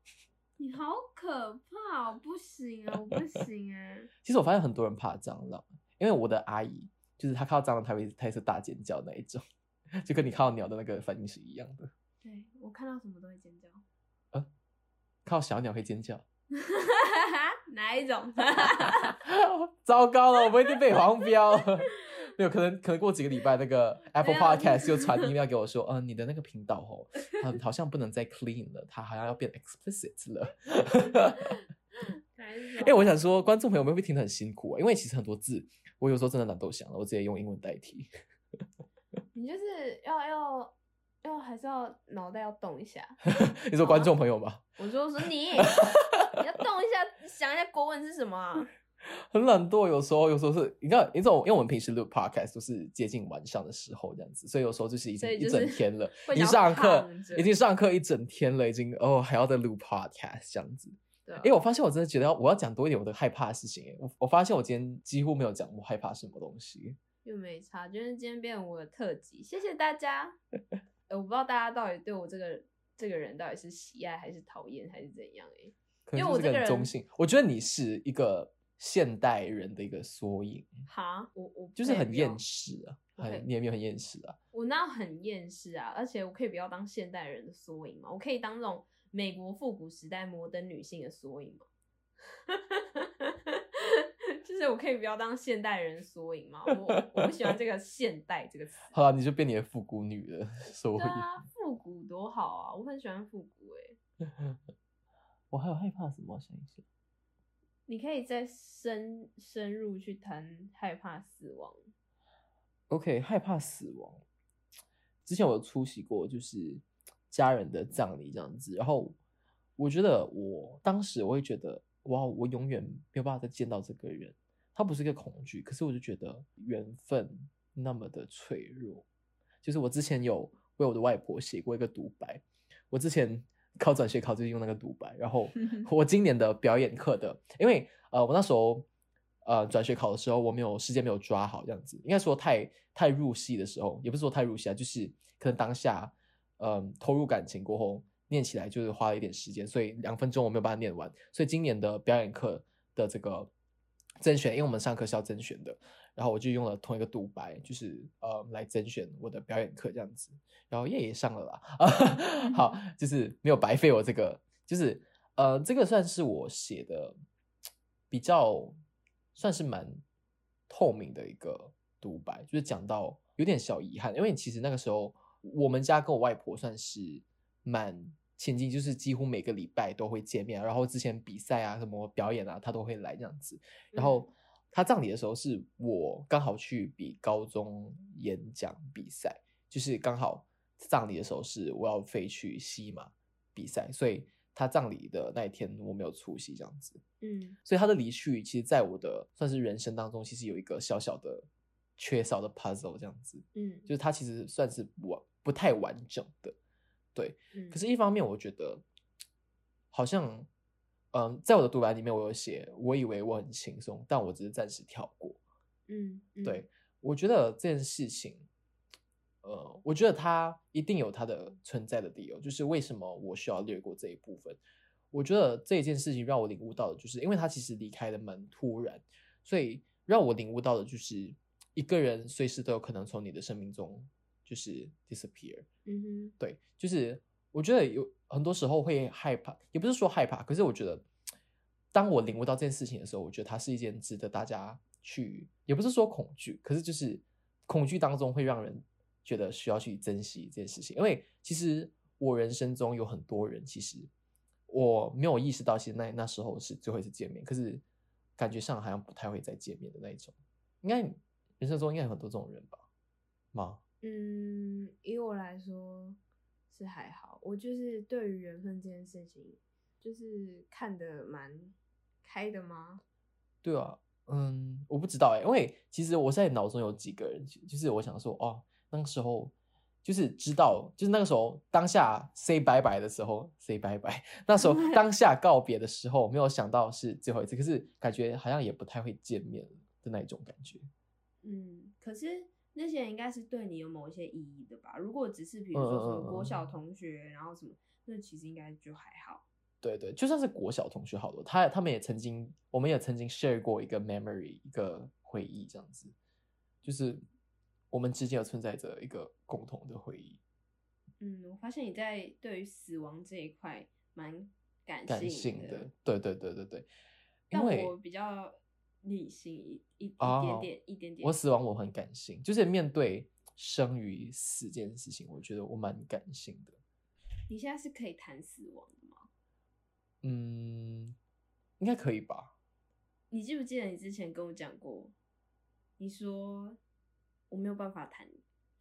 Speaker 2: 你好可怕、哦，我不行啊，我 [laughs] 不行哎、
Speaker 1: 其实我发现很多人怕蟑螂，啊因为我的阿姨就是她看到蟑螂，她会她也是大尖叫那一种， [laughs] 就跟你看到鸟的那个反应是一样的，
Speaker 2: 对我看到什么都会尖叫， [laughs]
Speaker 1: 看到小鸟会尖叫。
Speaker 2: 哪一种？ [laughs]
Speaker 1: [laughs] 糟糕了，我们已经被黄标了。 [laughs] 没有，可能可能过几个礼拜，那个 Apple
Speaker 2: [laughs] 没有
Speaker 1: Podcast 又传 email 给我说，嗯、你的那个频道
Speaker 2: [laughs]
Speaker 1: 哦，嗯，好像不能再 clean 了，它好像要变 explicit 了。
Speaker 2: 哪一
Speaker 1: 哎、
Speaker 2: 种？
Speaker 1: 我想说，观众朋友们会不会听得很辛苦啊？因为其实很多字，我有时候真的懒得想了，我直接用英文代
Speaker 2: [laughs]
Speaker 1: 替。
Speaker 2: 你就是要要要还是要脑袋要动一下。
Speaker 1: 你说观众朋友吗？
Speaker 2: 我说我说
Speaker 1: [laughs]
Speaker 2: 你，你要动一下，想一下国文是什么啊？
Speaker 1: 很懒惰，有时候有时候是，你知道，你知道，因为我们平时录 podcast 都是接近晚上的时候这样子，所以有时候就是已经
Speaker 2: 所以
Speaker 1: 一
Speaker 2: 就是
Speaker 1: 整天了，
Speaker 2: [laughs] 会
Speaker 1: 已经
Speaker 2: 想要
Speaker 1: 上课
Speaker 2: 躺着
Speaker 1: 已经上课一整天了，已经哦还要再录 podcast 这样子。
Speaker 2: 对啊
Speaker 1: 哎，我发现我真的觉得要我要讲多一点我的害怕的事情诶。我我发现我今天几乎没有讲我害怕什么东西。
Speaker 2: 又没差，就是今天变成我的特辑，谢谢大
Speaker 1: [laughs]
Speaker 2: 家。呃我不知道大家到底对我这个这个人到底是喜爱还是讨厌还是怎样哎、
Speaker 1: 可能
Speaker 2: 因
Speaker 1: 就
Speaker 2: 为我
Speaker 1: 是
Speaker 2: 这
Speaker 1: 个
Speaker 2: 个
Speaker 1: 很中
Speaker 2: 人
Speaker 1: 性，我觉得你是一个现代人的一个缩影，
Speaker 2: 哈，我我
Speaker 1: 嗯就是
Speaker 2: 可以
Speaker 1: 很
Speaker 2: 不
Speaker 1: 厌
Speaker 2: 要
Speaker 1: 世啊，
Speaker 2: 我可以
Speaker 1: 很你也没有很厌世啊，
Speaker 2: 我那很厌世啊，而且我可以不要当现代人的缩影嘛，我可以当这种美国复古时代摩登女性的缩影嘛， [laughs] 就是我可以不要当现代人的缩影嘛，我我不喜欢这个“现代”这个
Speaker 1: [laughs]
Speaker 2: 词。
Speaker 1: 好了，你就变你的复古女了， [laughs] 所以
Speaker 2: 对啊，复古多好啊，我很喜欢复古哎、
Speaker 1: 我还有害怕什么？我想一想。
Speaker 2: 你可以再深深入去谈害怕死亡，
Speaker 1: OK，害怕死亡。之前我有出席过，就是家人的葬礼这样子，然后我觉得我当时我会觉得，哇，我永远没有办法再见到这个人。他不是一个恐惧，可是我就觉得缘分那么的脆弱。就是我之前有为我的外婆写过一个独白，我之前 [laughs] 考转学考就是用那个独白，然后我今年的表演课的，因为呃我那时候呃转学考的时候我没有时间没有抓好这样子，应该说太太入戏的时候，也不是说太入戏啊，就是可能当下嗯、投入感情过后念起来就是花了一点时间，所以两分钟我没有把它念完，所以今年的表演课的这个甄选，因为我们上课是要甄选的，然后我就用了同一个独白，就是呃来甄选我的表演课这样子，然后夜也上了啦， [laughs] 好，就是没有白费我这个，就是呃这个算是我写的比较算是蛮透明的一个独白，就是讲到有点小遗憾，因为其实那个时候我们家跟我外婆算是蛮。前进就是几乎每个礼拜都会见面，然后之前比赛啊、什么表演啊，她都会来这样子。然后他葬礼的时候是我刚好去比高中演讲比赛，就是刚好葬礼的时候是我要飞去西马比赛，所以他葬礼的那一天我没有出席这样子，
Speaker 2: 嗯，
Speaker 1: 所以他的离去其实在我的算是人生当中其实有一个小小的缺少的 puzzle 这样子，
Speaker 2: 嗯
Speaker 1: 就是它其实算是完不太完整的，对，
Speaker 2: 嗯，
Speaker 1: 可是，一方面我觉得好像，嗯，在我的独白里面，我有写，我以为我很轻松，但我只是暂时跳过。
Speaker 2: 嗯，嗯
Speaker 1: 对，我觉得这件事情，呃，我觉得它一定有它的存在的理由，就是为什么我需要略过这一部分。我觉得这件事情让我领悟到的，就是因为他其实离开的蛮突然，所以让我领悟到的就是一个人随时都有可能从你的生命中就是 disappear。
Speaker 2: 嗯哼，
Speaker 1: 对，就是我觉得有很多时候会害怕，也不是说害怕，可是我觉得，当我领悟到这件事情的时候，我觉得它是一件值得大家去，也不是说恐惧，可是就是恐惧当中会让人觉得需要去珍惜这件事情。因为其实我人生中有很多人，其实我没有意识到，其实那那时候是最后一次见面，可是感觉上好像不太会再见面的那一种。应该人生中应该有很多这种人吧？吗？
Speaker 2: 嗯，以我来说是还好，我就是对于缘分这件事情，就是看得蛮开的吗？
Speaker 1: 对啊，嗯，我不知道哎、因为其实我在脑中有几个人，就就是我想说，哦，那个时候就是知道，就是那个时候当下 say 拜拜的时候 say 拜拜， [laughs] 那时候当下告别的时候，没有想到是最后一次，可是感觉好像也不太会见面的那一种感觉。
Speaker 2: 嗯，可是那些人应该是对你有某一些意义的吧？如果只是比如说什
Speaker 1: 嗯嗯嗯嗯
Speaker 2: 么国小同学，然后什么，那其实应该就还好。
Speaker 1: 对对，就算是国小同学好了，他他们也曾经，我们也曾经 share 过一个 memory，一个回忆这样子，就是我们之间有存在着一个共同的回忆。
Speaker 2: 嗯，我发现你在对于死亡这一块蛮感
Speaker 1: 感
Speaker 2: 性
Speaker 1: 性的，对对对对对，因
Speaker 2: 但
Speaker 1: 为
Speaker 2: 我比较理性一一一
Speaker 1: 哦
Speaker 2: 点点一点点。
Speaker 1: 我死亡我很感性，就是面对生与死这件事情，我觉得我蛮感性的。
Speaker 2: 你现在是可以谈死亡的吗？
Speaker 1: 嗯，应该可以吧？
Speaker 2: 你记不记得你之前跟我讲过，你说我没有办法谈，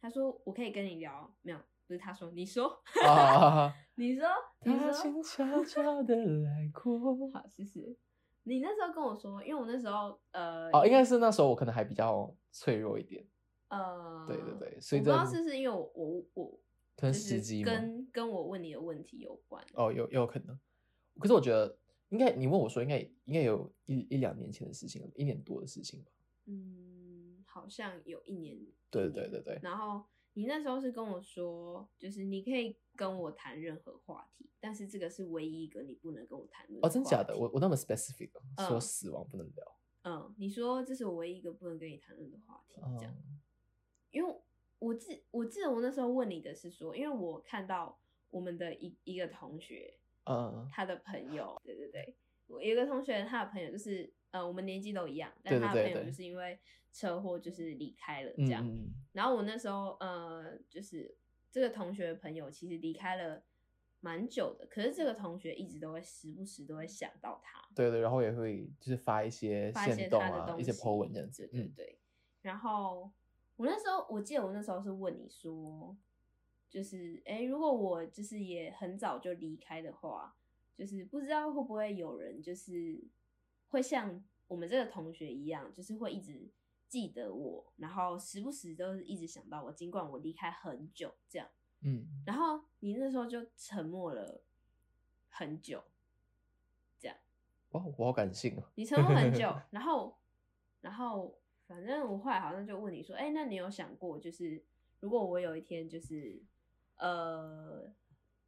Speaker 2: 他说我可以跟你聊，没有，不是他说，你说， [laughs]
Speaker 1: 啊，
Speaker 2: 你说， [laughs] 你
Speaker 1: 他
Speaker 2: 说，
Speaker 1: 静悄悄的来
Speaker 2: [laughs]
Speaker 1: 过。
Speaker 2: 好，谢谢。你那时候跟我说，因为我那时候呃，
Speaker 1: 哦，应该是那时候我可能还比较脆弱一点，
Speaker 2: 呃，
Speaker 1: 对对对
Speaker 2: 我
Speaker 1: 随
Speaker 2: 不知道
Speaker 1: 着
Speaker 2: 是不是因为我我我
Speaker 1: 可能
Speaker 2: 就
Speaker 1: 时
Speaker 2: 是
Speaker 1: 机嘛。
Speaker 2: 跟跟我问你的问题有关，
Speaker 1: 哦，有有可能。可是我觉得应该，你问我说应该应该有一一两年前的事情了，一年多的事情吧。
Speaker 2: 嗯，好像有一年，
Speaker 1: 对
Speaker 2: 一
Speaker 1: 对
Speaker 2: 年
Speaker 1: 对对
Speaker 2: 然后你那时候是跟我说，就是你可以跟我谈任何话题，但是这个是唯一一个你不能跟我谈论
Speaker 1: 哦，真
Speaker 2: 话
Speaker 1: 假的？
Speaker 2: 题
Speaker 1: 我我那么 specific 哦说
Speaker 2: 嗯
Speaker 1: 死亡不能聊。
Speaker 2: 嗯，你说这是我唯一一个不能跟你谈论的话题，这样。
Speaker 1: 嗯，
Speaker 2: 因为我记我记得我那时候问你的是说，因为我看到我们的一一个同学，
Speaker 1: 嗯，
Speaker 2: 他的朋友，对对对，我有一个同学，他的朋友就是呃，我们年纪都一样，
Speaker 1: 对对
Speaker 2: 但他的
Speaker 1: 对
Speaker 2: 朋友
Speaker 1: 对
Speaker 2: 就是因为车祸就是离开了这
Speaker 1: 嗯
Speaker 2: 样。
Speaker 1: 嗯
Speaker 2: 然后我那时候呃，就是这个同学的朋友其实离开了蛮久的，可是这个同学一直都会时不时都会想到他，
Speaker 1: 对对，然后也会就是发一些
Speaker 2: 发现
Speaker 1: 线动
Speaker 2: 他的
Speaker 1: 啊，
Speaker 2: 东
Speaker 1: 一
Speaker 2: 西，
Speaker 1: 些 po 文这样子。
Speaker 2: 对对
Speaker 1: 嗯，
Speaker 2: 对。然后我那时候，我记得我那时候是问你说，就是哎，诶如果我就是也很早就离开的话，就是不知道会不会有人就是会像我们这个同学一样，就是会一直记得我，然后时不时都是一直想到我，尽管我离开很久这样。
Speaker 1: 嗯，
Speaker 2: 然后你那时候就沉默了很久，
Speaker 1: 哇，我好感性啊。
Speaker 2: 你沉默很
Speaker 1: [laughs]
Speaker 2: 久，然后，然后，反正我后来好像就问你说，哎、那你有想过，就是如果我有一天就是，呃，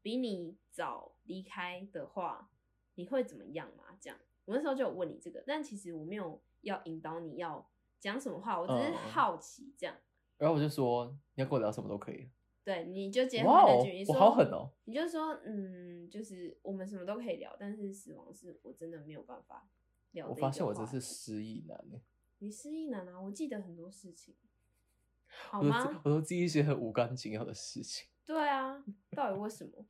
Speaker 2: 比你早离开的话，你会怎么样嘛？这样，我那时候就有问你这个，但其实我没有要引导你要讲什么话，我只是
Speaker 1: 嗯嗯嗯
Speaker 2: 好奇这样。
Speaker 1: 然后我就说你要跟我聊什么都可以。
Speaker 2: 对，你就接回
Speaker 1: 哇
Speaker 2: 那
Speaker 1: 哦
Speaker 2: 句，你，
Speaker 1: 我
Speaker 2: 说
Speaker 1: 好狠哦。
Speaker 2: 你就说，嗯，就是我们什么都可以聊，但是死亡是我真的没有办法聊的
Speaker 1: 我
Speaker 2: 一
Speaker 1: 发
Speaker 2: 个
Speaker 1: 现我真
Speaker 2: 话
Speaker 1: 是
Speaker 2: 题
Speaker 1: 失忆男欸
Speaker 2: 你失忆了呢？我记得很多事情，好
Speaker 1: 我都记
Speaker 2: 吗？
Speaker 1: 我都记一些很无关紧要的事情。
Speaker 2: 对啊，到底为什么？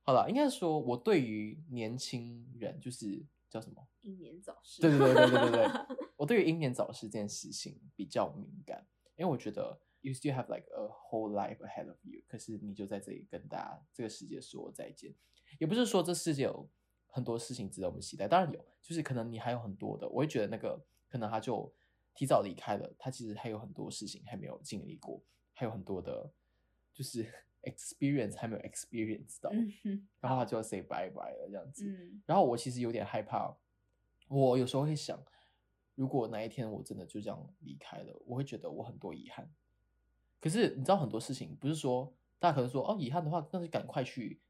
Speaker 1: 好了，应该说我对于年轻人就是叫什么？
Speaker 2: 英年早
Speaker 1: [laughs]
Speaker 2: 逝。
Speaker 1: 对对对对对对对我对于英年早逝这件事情比较敏感，因为我觉得 you still have like a whole life ahead of you，可是你就在这里跟大家这个世界说再见。也不是说这世界有很多事情值得我们期待，当然有，就是可能你还有很多的，我会觉得那个可能他就提早离开了，他其实还有很多事情还没有经历过，还有很多的，就是 [laughs] experience 还没有 experience 到，
Speaker 2: 嗯哼
Speaker 1: 然后他就 say bye bye 了这样子。
Speaker 2: 嗯
Speaker 1: 然后我其实有点害怕，我有时候会想，如果哪一天我真的就这样离开了，我会觉得我很多遗憾。可是你知道很多事情不是说大家可能说哦遗憾的话，那就赶快去，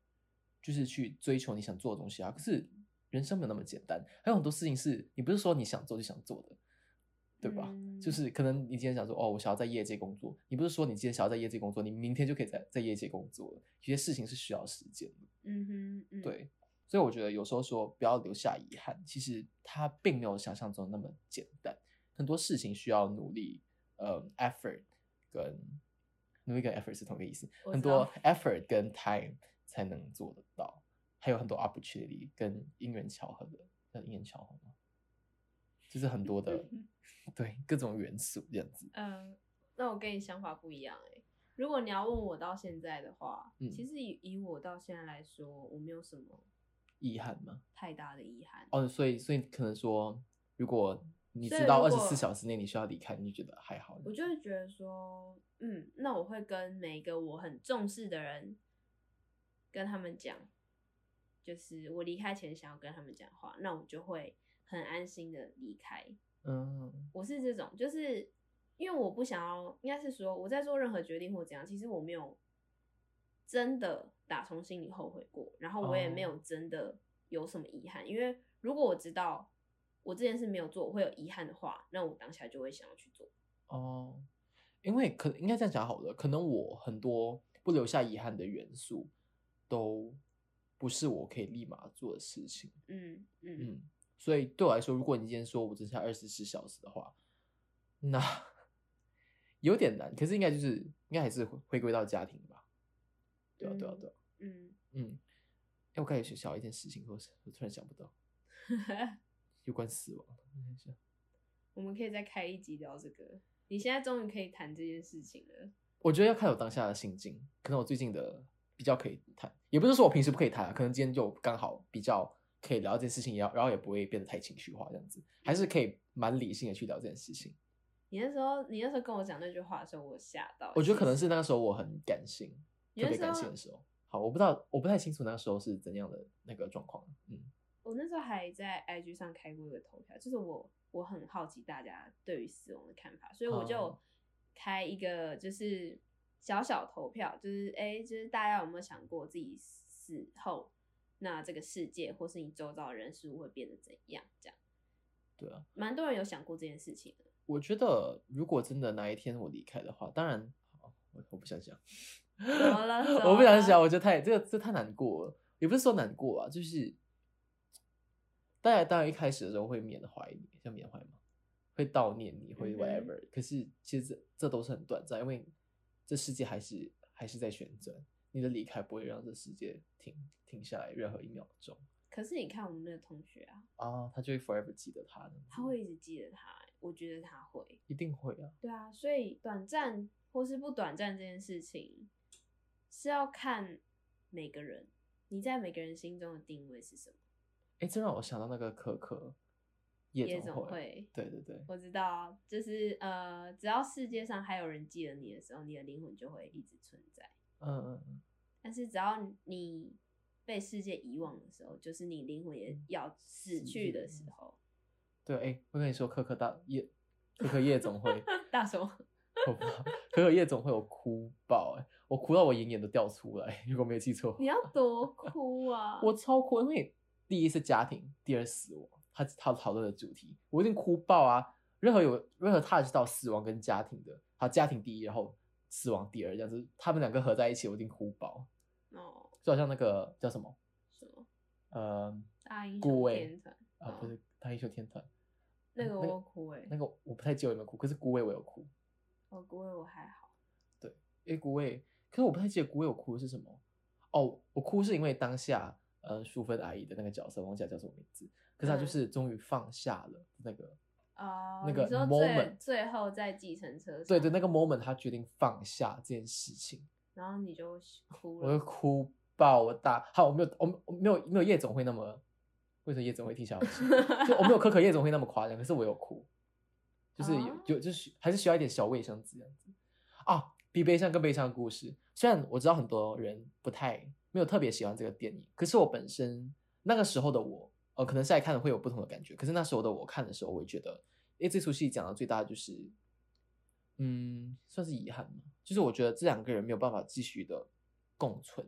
Speaker 1: 就是去追求你想做的东西啊。可是人生没有那么简单，还有很多事情是你不是说你想做就想做的，对吧？
Speaker 2: 嗯
Speaker 1: 就是可能你今天想说，哦，我想要在业界工作，你不是说你今天想要在业界工作，你明天就可以在在业界工作了。有些事情是需要时间的，
Speaker 2: 嗯哼，嗯，
Speaker 1: 对。所以我觉得有时候说不要留下遗憾，其实它并没有想象中那么简单，很多事情需要努力，呃，effort 跟努力跟 effort 是同一个意思，
Speaker 2: 我
Speaker 1: 很
Speaker 2: 知道
Speaker 1: 多 effort 跟 time 才能做得到，还有很多 opportunity 跟因缘巧合的，叫因缘巧合吗？就是很多的对各种元素这样子。
Speaker 2: 嗯，那我跟你想法不一样哎、如果你要问我到现在的话，
Speaker 1: 嗯
Speaker 2: 其实以以我到现在来说，我没有什么
Speaker 1: 遗憾吗？
Speaker 2: 太大的遗憾。
Speaker 1: 哦，所以所以可能说，如果你
Speaker 2: 所
Speaker 1: 知
Speaker 2: 以
Speaker 1: 道
Speaker 2: 如
Speaker 1: 二十
Speaker 2: 果
Speaker 1: 四小时内你需要离开，你就觉得还好。
Speaker 2: 我就会觉得说，嗯，那我会跟每一个我很重视的人，跟他们讲，就是我离开前想要跟他们讲话，那我就会很安心的离开。
Speaker 1: 嗯
Speaker 2: 我是这种，就是因为我不想要，应该是说我在做任何决定或怎样，其实我没有真的打从心里后悔过，然后我也没有真的有什么遗憾，因为如果我知道我这件事没有做，我会有遗憾的话，那我当下就会想要去做。
Speaker 1: 哦，因为可应该这样讲好了，可能我很多不留下遗憾的元素，都不是我可以立马做的事情。
Speaker 2: 嗯嗯，
Speaker 1: 嗯，所以对我来说，如果你今天说我只剩下二十四小时的话，那有点难。可是应该就是应该还是回回归到家庭吧。对啊，对啊，
Speaker 2: 嗯
Speaker 1: 对啊。
Speaker 2: 嗯，
Speaker 1: 嗯，哎、我刚才想到一件事情，我我突然想不到有关死亡的。我想一下
Speaker 2: 我们可以再开一集聊这个。你现在终于可以谈这件事情了。
Speaker 1: 我觉得要看我当下的心境，可能我最近的比较可以谈，也不是说我平时不可以谈啊，可能今天就刚好比较可以聊这件事情，也要然后也不会变得太情绪化，这样子还是可以蛮理性的去聊这件事情。
Speaker 2: 你那时候，你那时候跟我讲那句话的时候，我吓到。
Speaker 1: 我觉得可能
Speaker 2: 其实
Speaker 1: 是那个时候我很感性，
Speaker 2: 你
Speaker 1: 特
Speaker 2: 那
Speaker 1: 别
Speaker 2: 时
Speaker 1: 感性
Speaker 2: 候
Speaker 1: 的，时候。好，我不知道，我不太清楚那个时候是怎样的那个状况。嗯，
Speaker 2: 我那时候还在 IG 上开过一个投票，就是我我很好奇大家对于死亡的看法，所以我就
Speaker 1: 哦
Speaker 2: 开一个就是小小投票，就是哎、就是大家有没有想过自己死后，那这个世界或是你周遭的人事物会变得怎样？这样，
Speaker 1: 对啊，
Speaker 2: 蛮多人有想过这件事情
Speaker 1: [laughs]
Speaker 2: 的。
Speaker 1: 我觉得如果真的哪一天我离开的话，当然，好我我不啊想想，
Speaker 2: 怎么了？怎
Speaker 1: [laughs] 我不想
Speaker 2: 么
Speaker 1: 想，
Speaker 2: 了
Speaker 1: 我觉得太这个这太难过了，也不是说难过啊，就是，当然当然一开始的时候会缅怀你，叫缅怀吗？会悼念你，会
Speaker 2: 嗯哼
Speaker 1: whatever、可是其实这这都是很短暂，因为这世界还是还是在旋转，你的离开不会让这世界停停下来任何一秒钟
Speaker 2: 可是你看我们那个同学啊，
Speaker 1: 啊，他就会 forever 记得他的，
Speaker 2: 他会一直记得他、欸我觉得他会。
Speaker 1: 一定会啊，
Speaker 2: 对啊，所以短暂或是不短暂这件事情，是要看每个人，你在每个人心中的定位是什么。
Speaker 1: 哎，这让我想到那个可可夜
Speaker 2: 夜总会，
Speaker 1: 对对对，
Speaker 2: [laughs] 我知道啊，就是呃，只要世界上还有人记得你的时候，你的灵魂就会一直存在。
Speaker 1: 嗯嗯嗯，
Speaker 2: 但是只要你被世界遗忘的时候，就是你灵魂也要嗯死
Speaker 1: 死
Speaker 2: 去
Speaker 1: 去
Speaker 2: 的
Speaker 1: 嗯
Speaker 2: 时候。
Speaker 1: 对，哎，我跟你说，可可大夜可可夜总会。
Speaker 2: [laughs] 大手，
Speaker 1: [laughs] 我不知道，可可夜总会有哭爆、欸，我哭到我眼眼都掉出来， [laughs] 如果没记错
Speaker 2: 你，要多哭 [laughs] 啊！
Speaker 1: 我超哭，因为第一是家庭，第二死亡，他他讨论的主题，我一定哭爆啊！任何有任何 touch 到死亡跟家庭的，好，家庭第一，然后死亡第二，这样子，他们两个合在一起，我一定哭爆，
Speaker 2: 哦，
Speaker 1: 就好像那个叫什么，
Speaker 2: 什么
Speaker 1: 呃，
Speaker 2: 大英
Speaker 1: 顾
Speaker 2: 雄
Speaker 1: 魏
Speaker 2: 天团
Speaker 1: 啊，不是大英雄天团，
Speaker 2: 那个
Speaker 1: 那个
Speaker 2: 我哭哎、
Speaker 1: 那个我不太记得有没有哭，可是孤味我有哭，
Speaker 2: 我顾魏我还好。
Speaker 1: 因为孤味，可是我不太记得孤味我哭的是什么。哦，我哭是因为当下，呃，淑芬阿姨的那个角色，忘记她叫什么名字，可是她就
Speaker 2: 嗯
Speaker 1: 是终于放下了那个，
Speaker 2: 哦，
Speaker 1: 那个
Speaker 2: 你说
Speaker 1: moment
Speaker 2: 最最后在计程车上，
Speaker 1: 对对，那个 moment，她决定放下这件事情，
Speaker 2: 然后你就哭
Speaker 1: 我就
Speaker 2: 了，
Speaker 1: 哭爆，我大，好，我没有，我没我没有没有夜总会那么，为什么夜总会听起来好奇怪就我没有可可夜总会那么夸张，可是我有哭，就是有
Speaker 2: 哦
Speaker 1: 有就是还是需要一点小卫生纸这样子啊，比悲伤更悲伤的故事。虽然我知道很多人不太没有特别喜欢这个电影，可是我本身那个时候的我，呃，可能现在看会有不同的感觉，可是那时候的我看的时候，我会觉得，诶，这出戏讲的最大的就是，嗯，算是遗憾嘛，就是我觉得这两个人没有办法继续的共存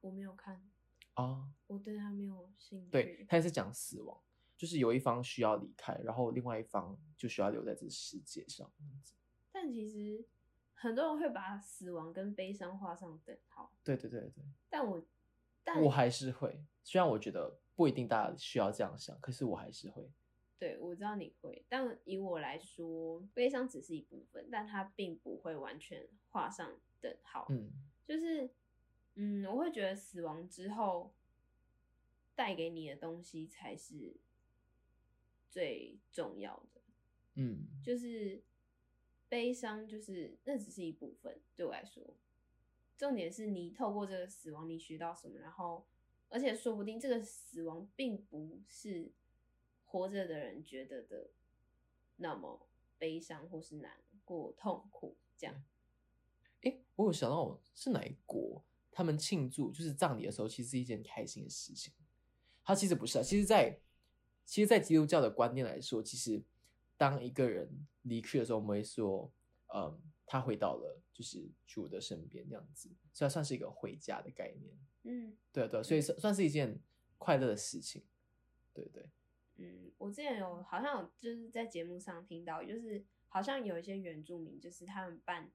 Speaker 2: 我没有看，
Speaker 1: 啊。
Speaker 2: 我对他没有兴趣。
Speaker 1: 对，他也是讲死亡，就是有一方需要离开，然后另外一方就需要留在这个世界上。
Speaker 2: 但其实很多人会把死亡跟悲伤画上等号，
Speaker 1: 对对对对，
Speaker 2: 但我但
Speaker 1: 我还是会，虽然我觉得不一定大家需要这样想，可是我还是会。
Speaker 2: 对我知道你会，但以我来说，悲伤只是一部分，但它并不会完全画上等号。
Speaker 1: 嗯，
Speaker 2: 就是，嗯，我会觉得死亡之后带给你的东西才是最重要的。
Speaker 1: 嗯，
Speaker 2: 就是悲伤，就是那只是一部分，对我来说，重点是你透过这个死亡，你学到什么，然后，而且说不定这个死亡并不是活着的人觉得的那么悲伤或是难过、痛苦这样。
Speaker 1: 诶，我有想到我是哪一国，他们庆祝就是葬礼的时候，其实是一件开心的事情。它其实不是啊，其实在，其实，在基督教的观念来说，其实当一个人离去的时候，我们会说，嗯，他回到了就是主的身边这样子，所以它算是一个回家的概念。
Speaker 2: 嗯
Speaker 1: 对啊对啊，所以算算是一件快乐的事情。对对，
Speaker 2: 嗯，我之前有好像有就是在节目上听到，就是好像有一些原住民，就是他们办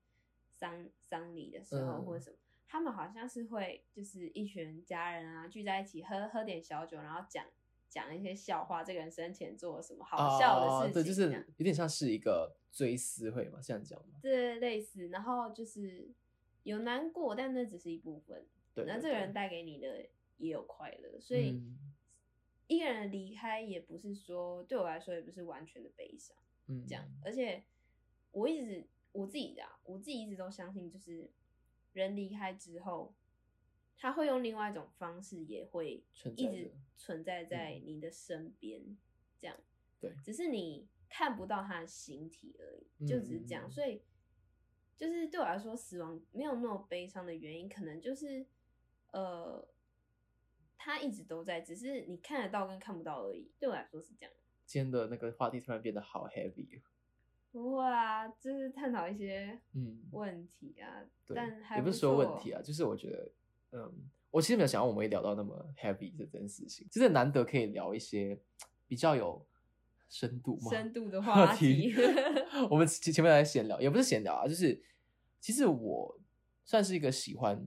Speaker 2: 丧丧礼的时候
Speaker 1: 嗯
Speaker 2: 或者什么，他们好像是会就是一群家人啊聚在一起喝喝点小酒，然后讲讲一些笑话，这个人生前做了什么好笑的
Speaker 1: 啊
Speaker 2: 事情、
Speaker 1: 对，就
Speaker 2: 这样
Speaker 1: 是有点像是一个追思会嘛，这样讲嘛。
Speaker 2: 这类似，然后就是有难过，但那只是一部分，
Speaker 1: 对，
Speaker 2: 那
Speaker 1: 对
Speaker 2: 这个
Speaker 1: 对
Speaker 2: 人带给你的也有快乐，所以
Speaker 1: 嗯
Speaker 2: 一个人的离开也不是说对我来说也不是完全的悲伤。
Speaker 1: 嗯
Speaker 2: 这样。而且我一直我自己啊，我自己一直都相信，就是人离开之后，他会用另外一种方式，也会
Speaker 1: 存在
Speaker 2: 一
Speaker 1: 着嗯
Speaker 2: 直存在在你的身边，这样。
Speaker 1: 对，
Speaker 2: 只是你看不到他的形体而已，就只是这
Speaker 1: 嗯
Speaker 2: 样。
Speaker 1: 嗯嗯
Speaker 2: 所以，就是对我来说，死亡没有那么悲伤的原因，可能就是呃。他一直都在，只是你看得到跟看不到而已。对我来说是这样。
Speaker 1: 今天的那个话题突然变得好 heavy 哦。
Speaker 2: 不会啊，就是探讨一些
Speaker 1: 嗯，
Speaker 2: 问题啊，
Speaker 1: 对
Speaker 2: 但，还
Speaker 1: 也不是
Speaker 2: 错
Speaker 1: 说问
Speaker 2: [laughs]
Speaker 1: 题，啊，就是我觉得，嗯，我其实没有想到我们会聊到那么 heavy 这件事情，就是难得可以聊一些比较有深度嘛
Speaker 2: 深度的
Speaker 1: 话
Speaker 2: 话 [laughs] 题。
Speaker 1: [laughs] 我们前前面来闲聊，也不是闲聊啊，就是其实我算是一个喜欢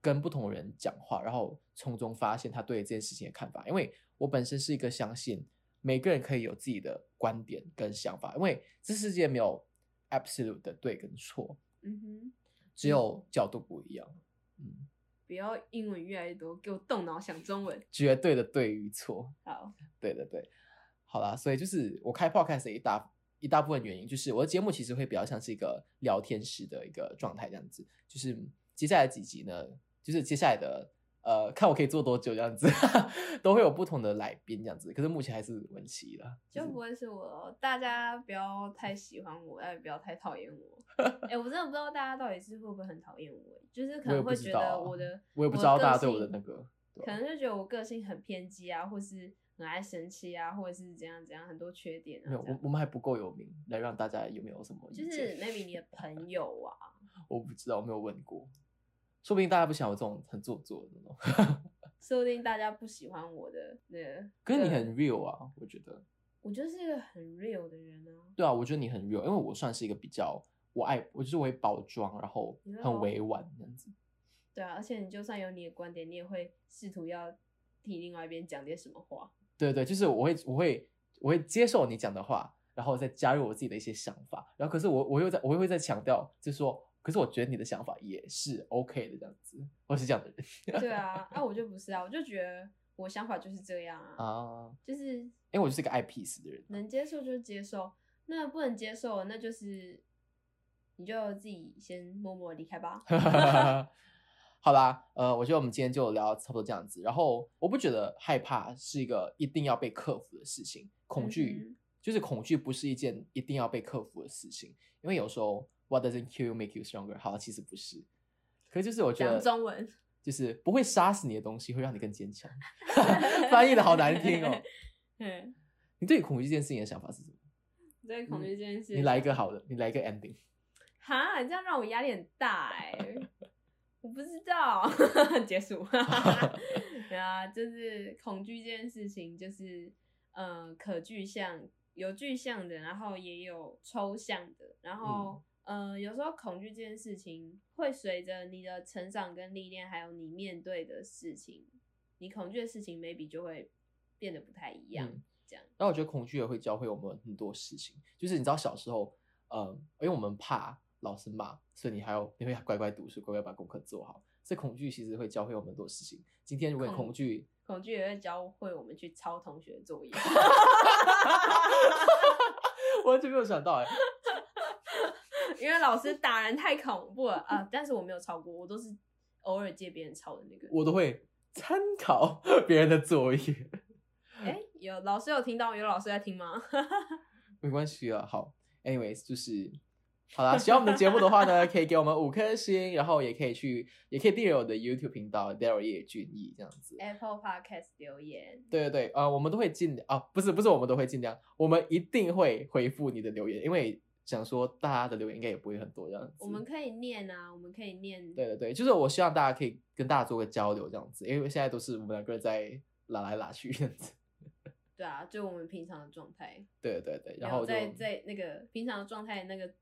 Speaker 1: 跟不同人讲话，然后从中发现他对这件事情的看法，因为我本身是一个相信每个人可以有自己的观点跟想法，因为这世界没有 absolute 的对跟错，
Speaker 2: 嗯哼，
Speaker 1: 只有角度不一样。嗯，
Speaker 2: 不要英文越来越多，给我动脑想中文。
Speaker 1: 绝对的对与错，
Speaker 2: 好，
Speaker 1: 对对对，好啦，所以就是我开 podcast 的一大一大部分原因，就是我的节目其实会比较像是一个聊天式的一个状态这样子，就是接下来几集呢，就是接下来的呃，看我可以做多久这样子， [laughs] 都会有不同的来宾这样子，可是目前还是文琪啦，
Speaker 2: 就是不会是我哦，大家不要太喜欢我，哎但也不要太讨
Speaker 1: [laughs]
Speaker 2: 厌我。哎、我真的不知道大家到底是会不会很讨厌我，就是可
Speaker 1: 我也
Speaker 2: 能
Speaker 1: 不
Speaker 2: 会
Speaker 1: 知
Speaker 2: 觉
Speaker 1: 道啊
Speaker 2: 得我的，
Speaker 1: 我也不
Speaker 2: 的
Speaker 1: 知道大家
Speaker 2: 个
Speaker 1: 对我的
Speaker 2: 性
Speaker 1: 那个，对啊
Speaker 2: 可
Speaker 1: 吧
Speaker 2: 能就觉得我个性很偏激啊，或是很爱生气啊，或者是怎样怎样，很多缺点啊
Speaker 1: 没有，
Speaker 2: 这
Speaker 1: 我
Speaker 2: 样。
Speaker 1: 我们还不够有名，来让大家有没有什么意
Speaker 2: 就
Speaker 1: 见？
Speaker 2: 是 maybe 你的朋友啊，
Speaker 1: 我不知道，我没有问过，说不定大家不想我这种很做作的那种。 [laughs]
Speaker 2: 说不定大家不喜欢我的那个。
Speaker 1: 可是你很 real 啊，我觉得。
Speaker 2: 我就是一个很 real 的人啊。
Speaker 1: 对啊，我觉得你很 real，因为我算是一个比较我爱，我就是我会包装，然后
Speaker 2: 你会包
Speaker 1: 很委婉这样子。
Speaker 2: 对啊，而且你就算有你的观点，你也会试图要替另外一边讲点什么话。
Speaker 1: 对对，就是我会我会我会接受你讲的话，然后再加入我自己的一些想法，然后可是我我又在我又会再强调，就说，可是我觉得你的想法也是 OK 的这样子，我是这样的人
Speaker 2: 对啊，啊我就不是啊，我就觉得我想法就是这样
Speaker 1: [laughs]
Speaker 2: 啊，
Speaker 1: 啊，
Speaker 2: 就是
Speaker 1: 因为我就是一个爱 peace 的人啊。
Speaker 2: 能接受就接受，那不能接受那就是你就自己先默默离开吧。
Speaker 1: 啊 [laughs] 好啦，呃，我觉得我们今天就聊差不多这样子。然后我不觉得害怕是一个一定要被克服的事情，恐惧、
Speaker 2: 嗯
Speaker 1: 就是恐惧不是一件一定要被克服的事情，因为有时候 what doesn't kill you make you stronger，好，其实不是。可是就是我觉
Speaker 2: 讲
Speaker 1: 得
Speaker 2: 中文
Speaker 1: 就是不会杀死你的东西会让你更坚强， [laughs] 翻译的好难听
Speaker 2: [laughs]
Speaker 1: 哦。
Speaker 2: 嗯，
Speaker 1: 你对恐惧这件事情的想法是什么？
Speaker 2: [laughs] 对恐惧这件事，
Speaker 1: 嗯你来一个好的，你来一个 ending。
Speaker 2: 哈，你这样让我压力很大哎、我不知道， [laughs] 结束。对啊，就是恐惧这件事情，就是呃可具象，有具象的，然后也有抽象的，然后、呃有时候恐惧这件事情会随着你的成长跟历练，还有你面对的事情，你恐惧的事情 maybe 就会变得不太一样，
Speaker 1: 嗯
Speaker 2: 这样，
Speaker 1: 然后我觉得恐惧也会教会我们很多事情，就是你知道小时候，呃，因为我们怕老师骂，所以你还要你会乖乖读书，乖乖把功课做好。所以恐惧其实会教会我们很多事情。今天如果你
Speaker 2: 恐
Speaker 1: 恐惧， [laughs]
Speaker 2: 恐惧也会教会我们去抄同学的作业。
Speaker 1: 我完全没有想到哎、
Speaker 2: 因为老师打人太恐怖了啊！但是我没有抄过，我都是偶尔借别人抄的那个。
Speaker 1: 我都会参考 [laughs] 别人的作业， [laughs]
Speaker 2: 哎、有老师有听到，有老师在听吗？ [laughs]
Speaker 1: 没关系啊。好，anyways，就是好啦。喜欢我们的节目的话呢，可以给我们五颗星，然后也可以去，也可以订阅我的 YouTube 频道 Daryl 叶俊逸这样子。
Speaker 2: Apple Podcast 留言，
Speaker 1: 对对对，啊、我们都会尽量啊，不是不是，我们都会尽量，我们一定会回复你的留言，因为想说大家的留言应该也不会很多这样子。
Speaker 2: 我们可以念啊，我们可以念。
Speaker 1: 对对对，就是我希望大家可以跟大家做个交流这样子，因为现在都是我们两个人在拉来拉去这样子。 [laughs]
Speaker 2: 对啊，就我们平常的状态，
Speaker 1: 对对对，然后就
Speaker 2: 在在那个平常的状态那个，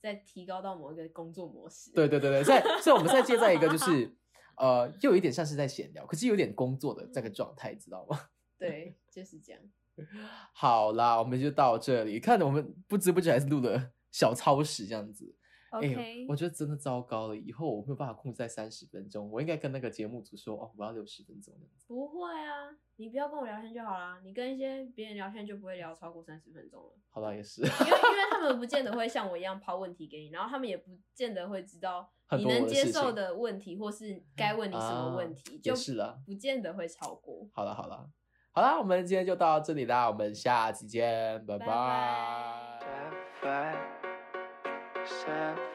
Speaker 2: 再提高到某一个工作模式。
Speaker 1: 对对对对，所以所以我们现在接在一个就是呃，又有一点像是在闲聊，可是有点工作的这个状态，知道吗？ [laughs]
Speaker 2: 对，就是这样。
Speaker 1: 好啦，我们就到这里，看着我们不知不觉还是录了小超时这样子。哎
Speaker 2: OK，、
Speaker 1: 呦我觉得真的糟糕了。以后我没有办法控制在三十分钟，我应该跟那个节目组说，哦，我要六十分钟这样子。
Speaker 2: 不会啊，你不要跟我聊天就好啦。你跟一些别人聊天就不会聊超过三十分钟了。
Speaker 1: 好吧，也是。 [laughs]
Speaker 2: 因为因为他们不见得会像我一样抛问题给你，然后他们也不见得会知道
Speaker 1: 很
Speaker 2: 你
Speaker 1: 多我
Speaker 2: 能
Speaker 1: 的
Speaker 2: 接
Speaker 1: 事
Speaker 2: 受
Speaker 1: 情
Speaker 2: 的问题，或是该问你什么问题，
Speaker 1: 啊
Speaker 2: 就
Speaker 1: 也是啦。
Speaker 2: 不见得会超过。
Speaker 1: 好了好了好了，我们今天就到这里啦，我们下期见，拜
Speaker 2: 拜拜
Speaker 1: 拜
Speaker 3: Step by step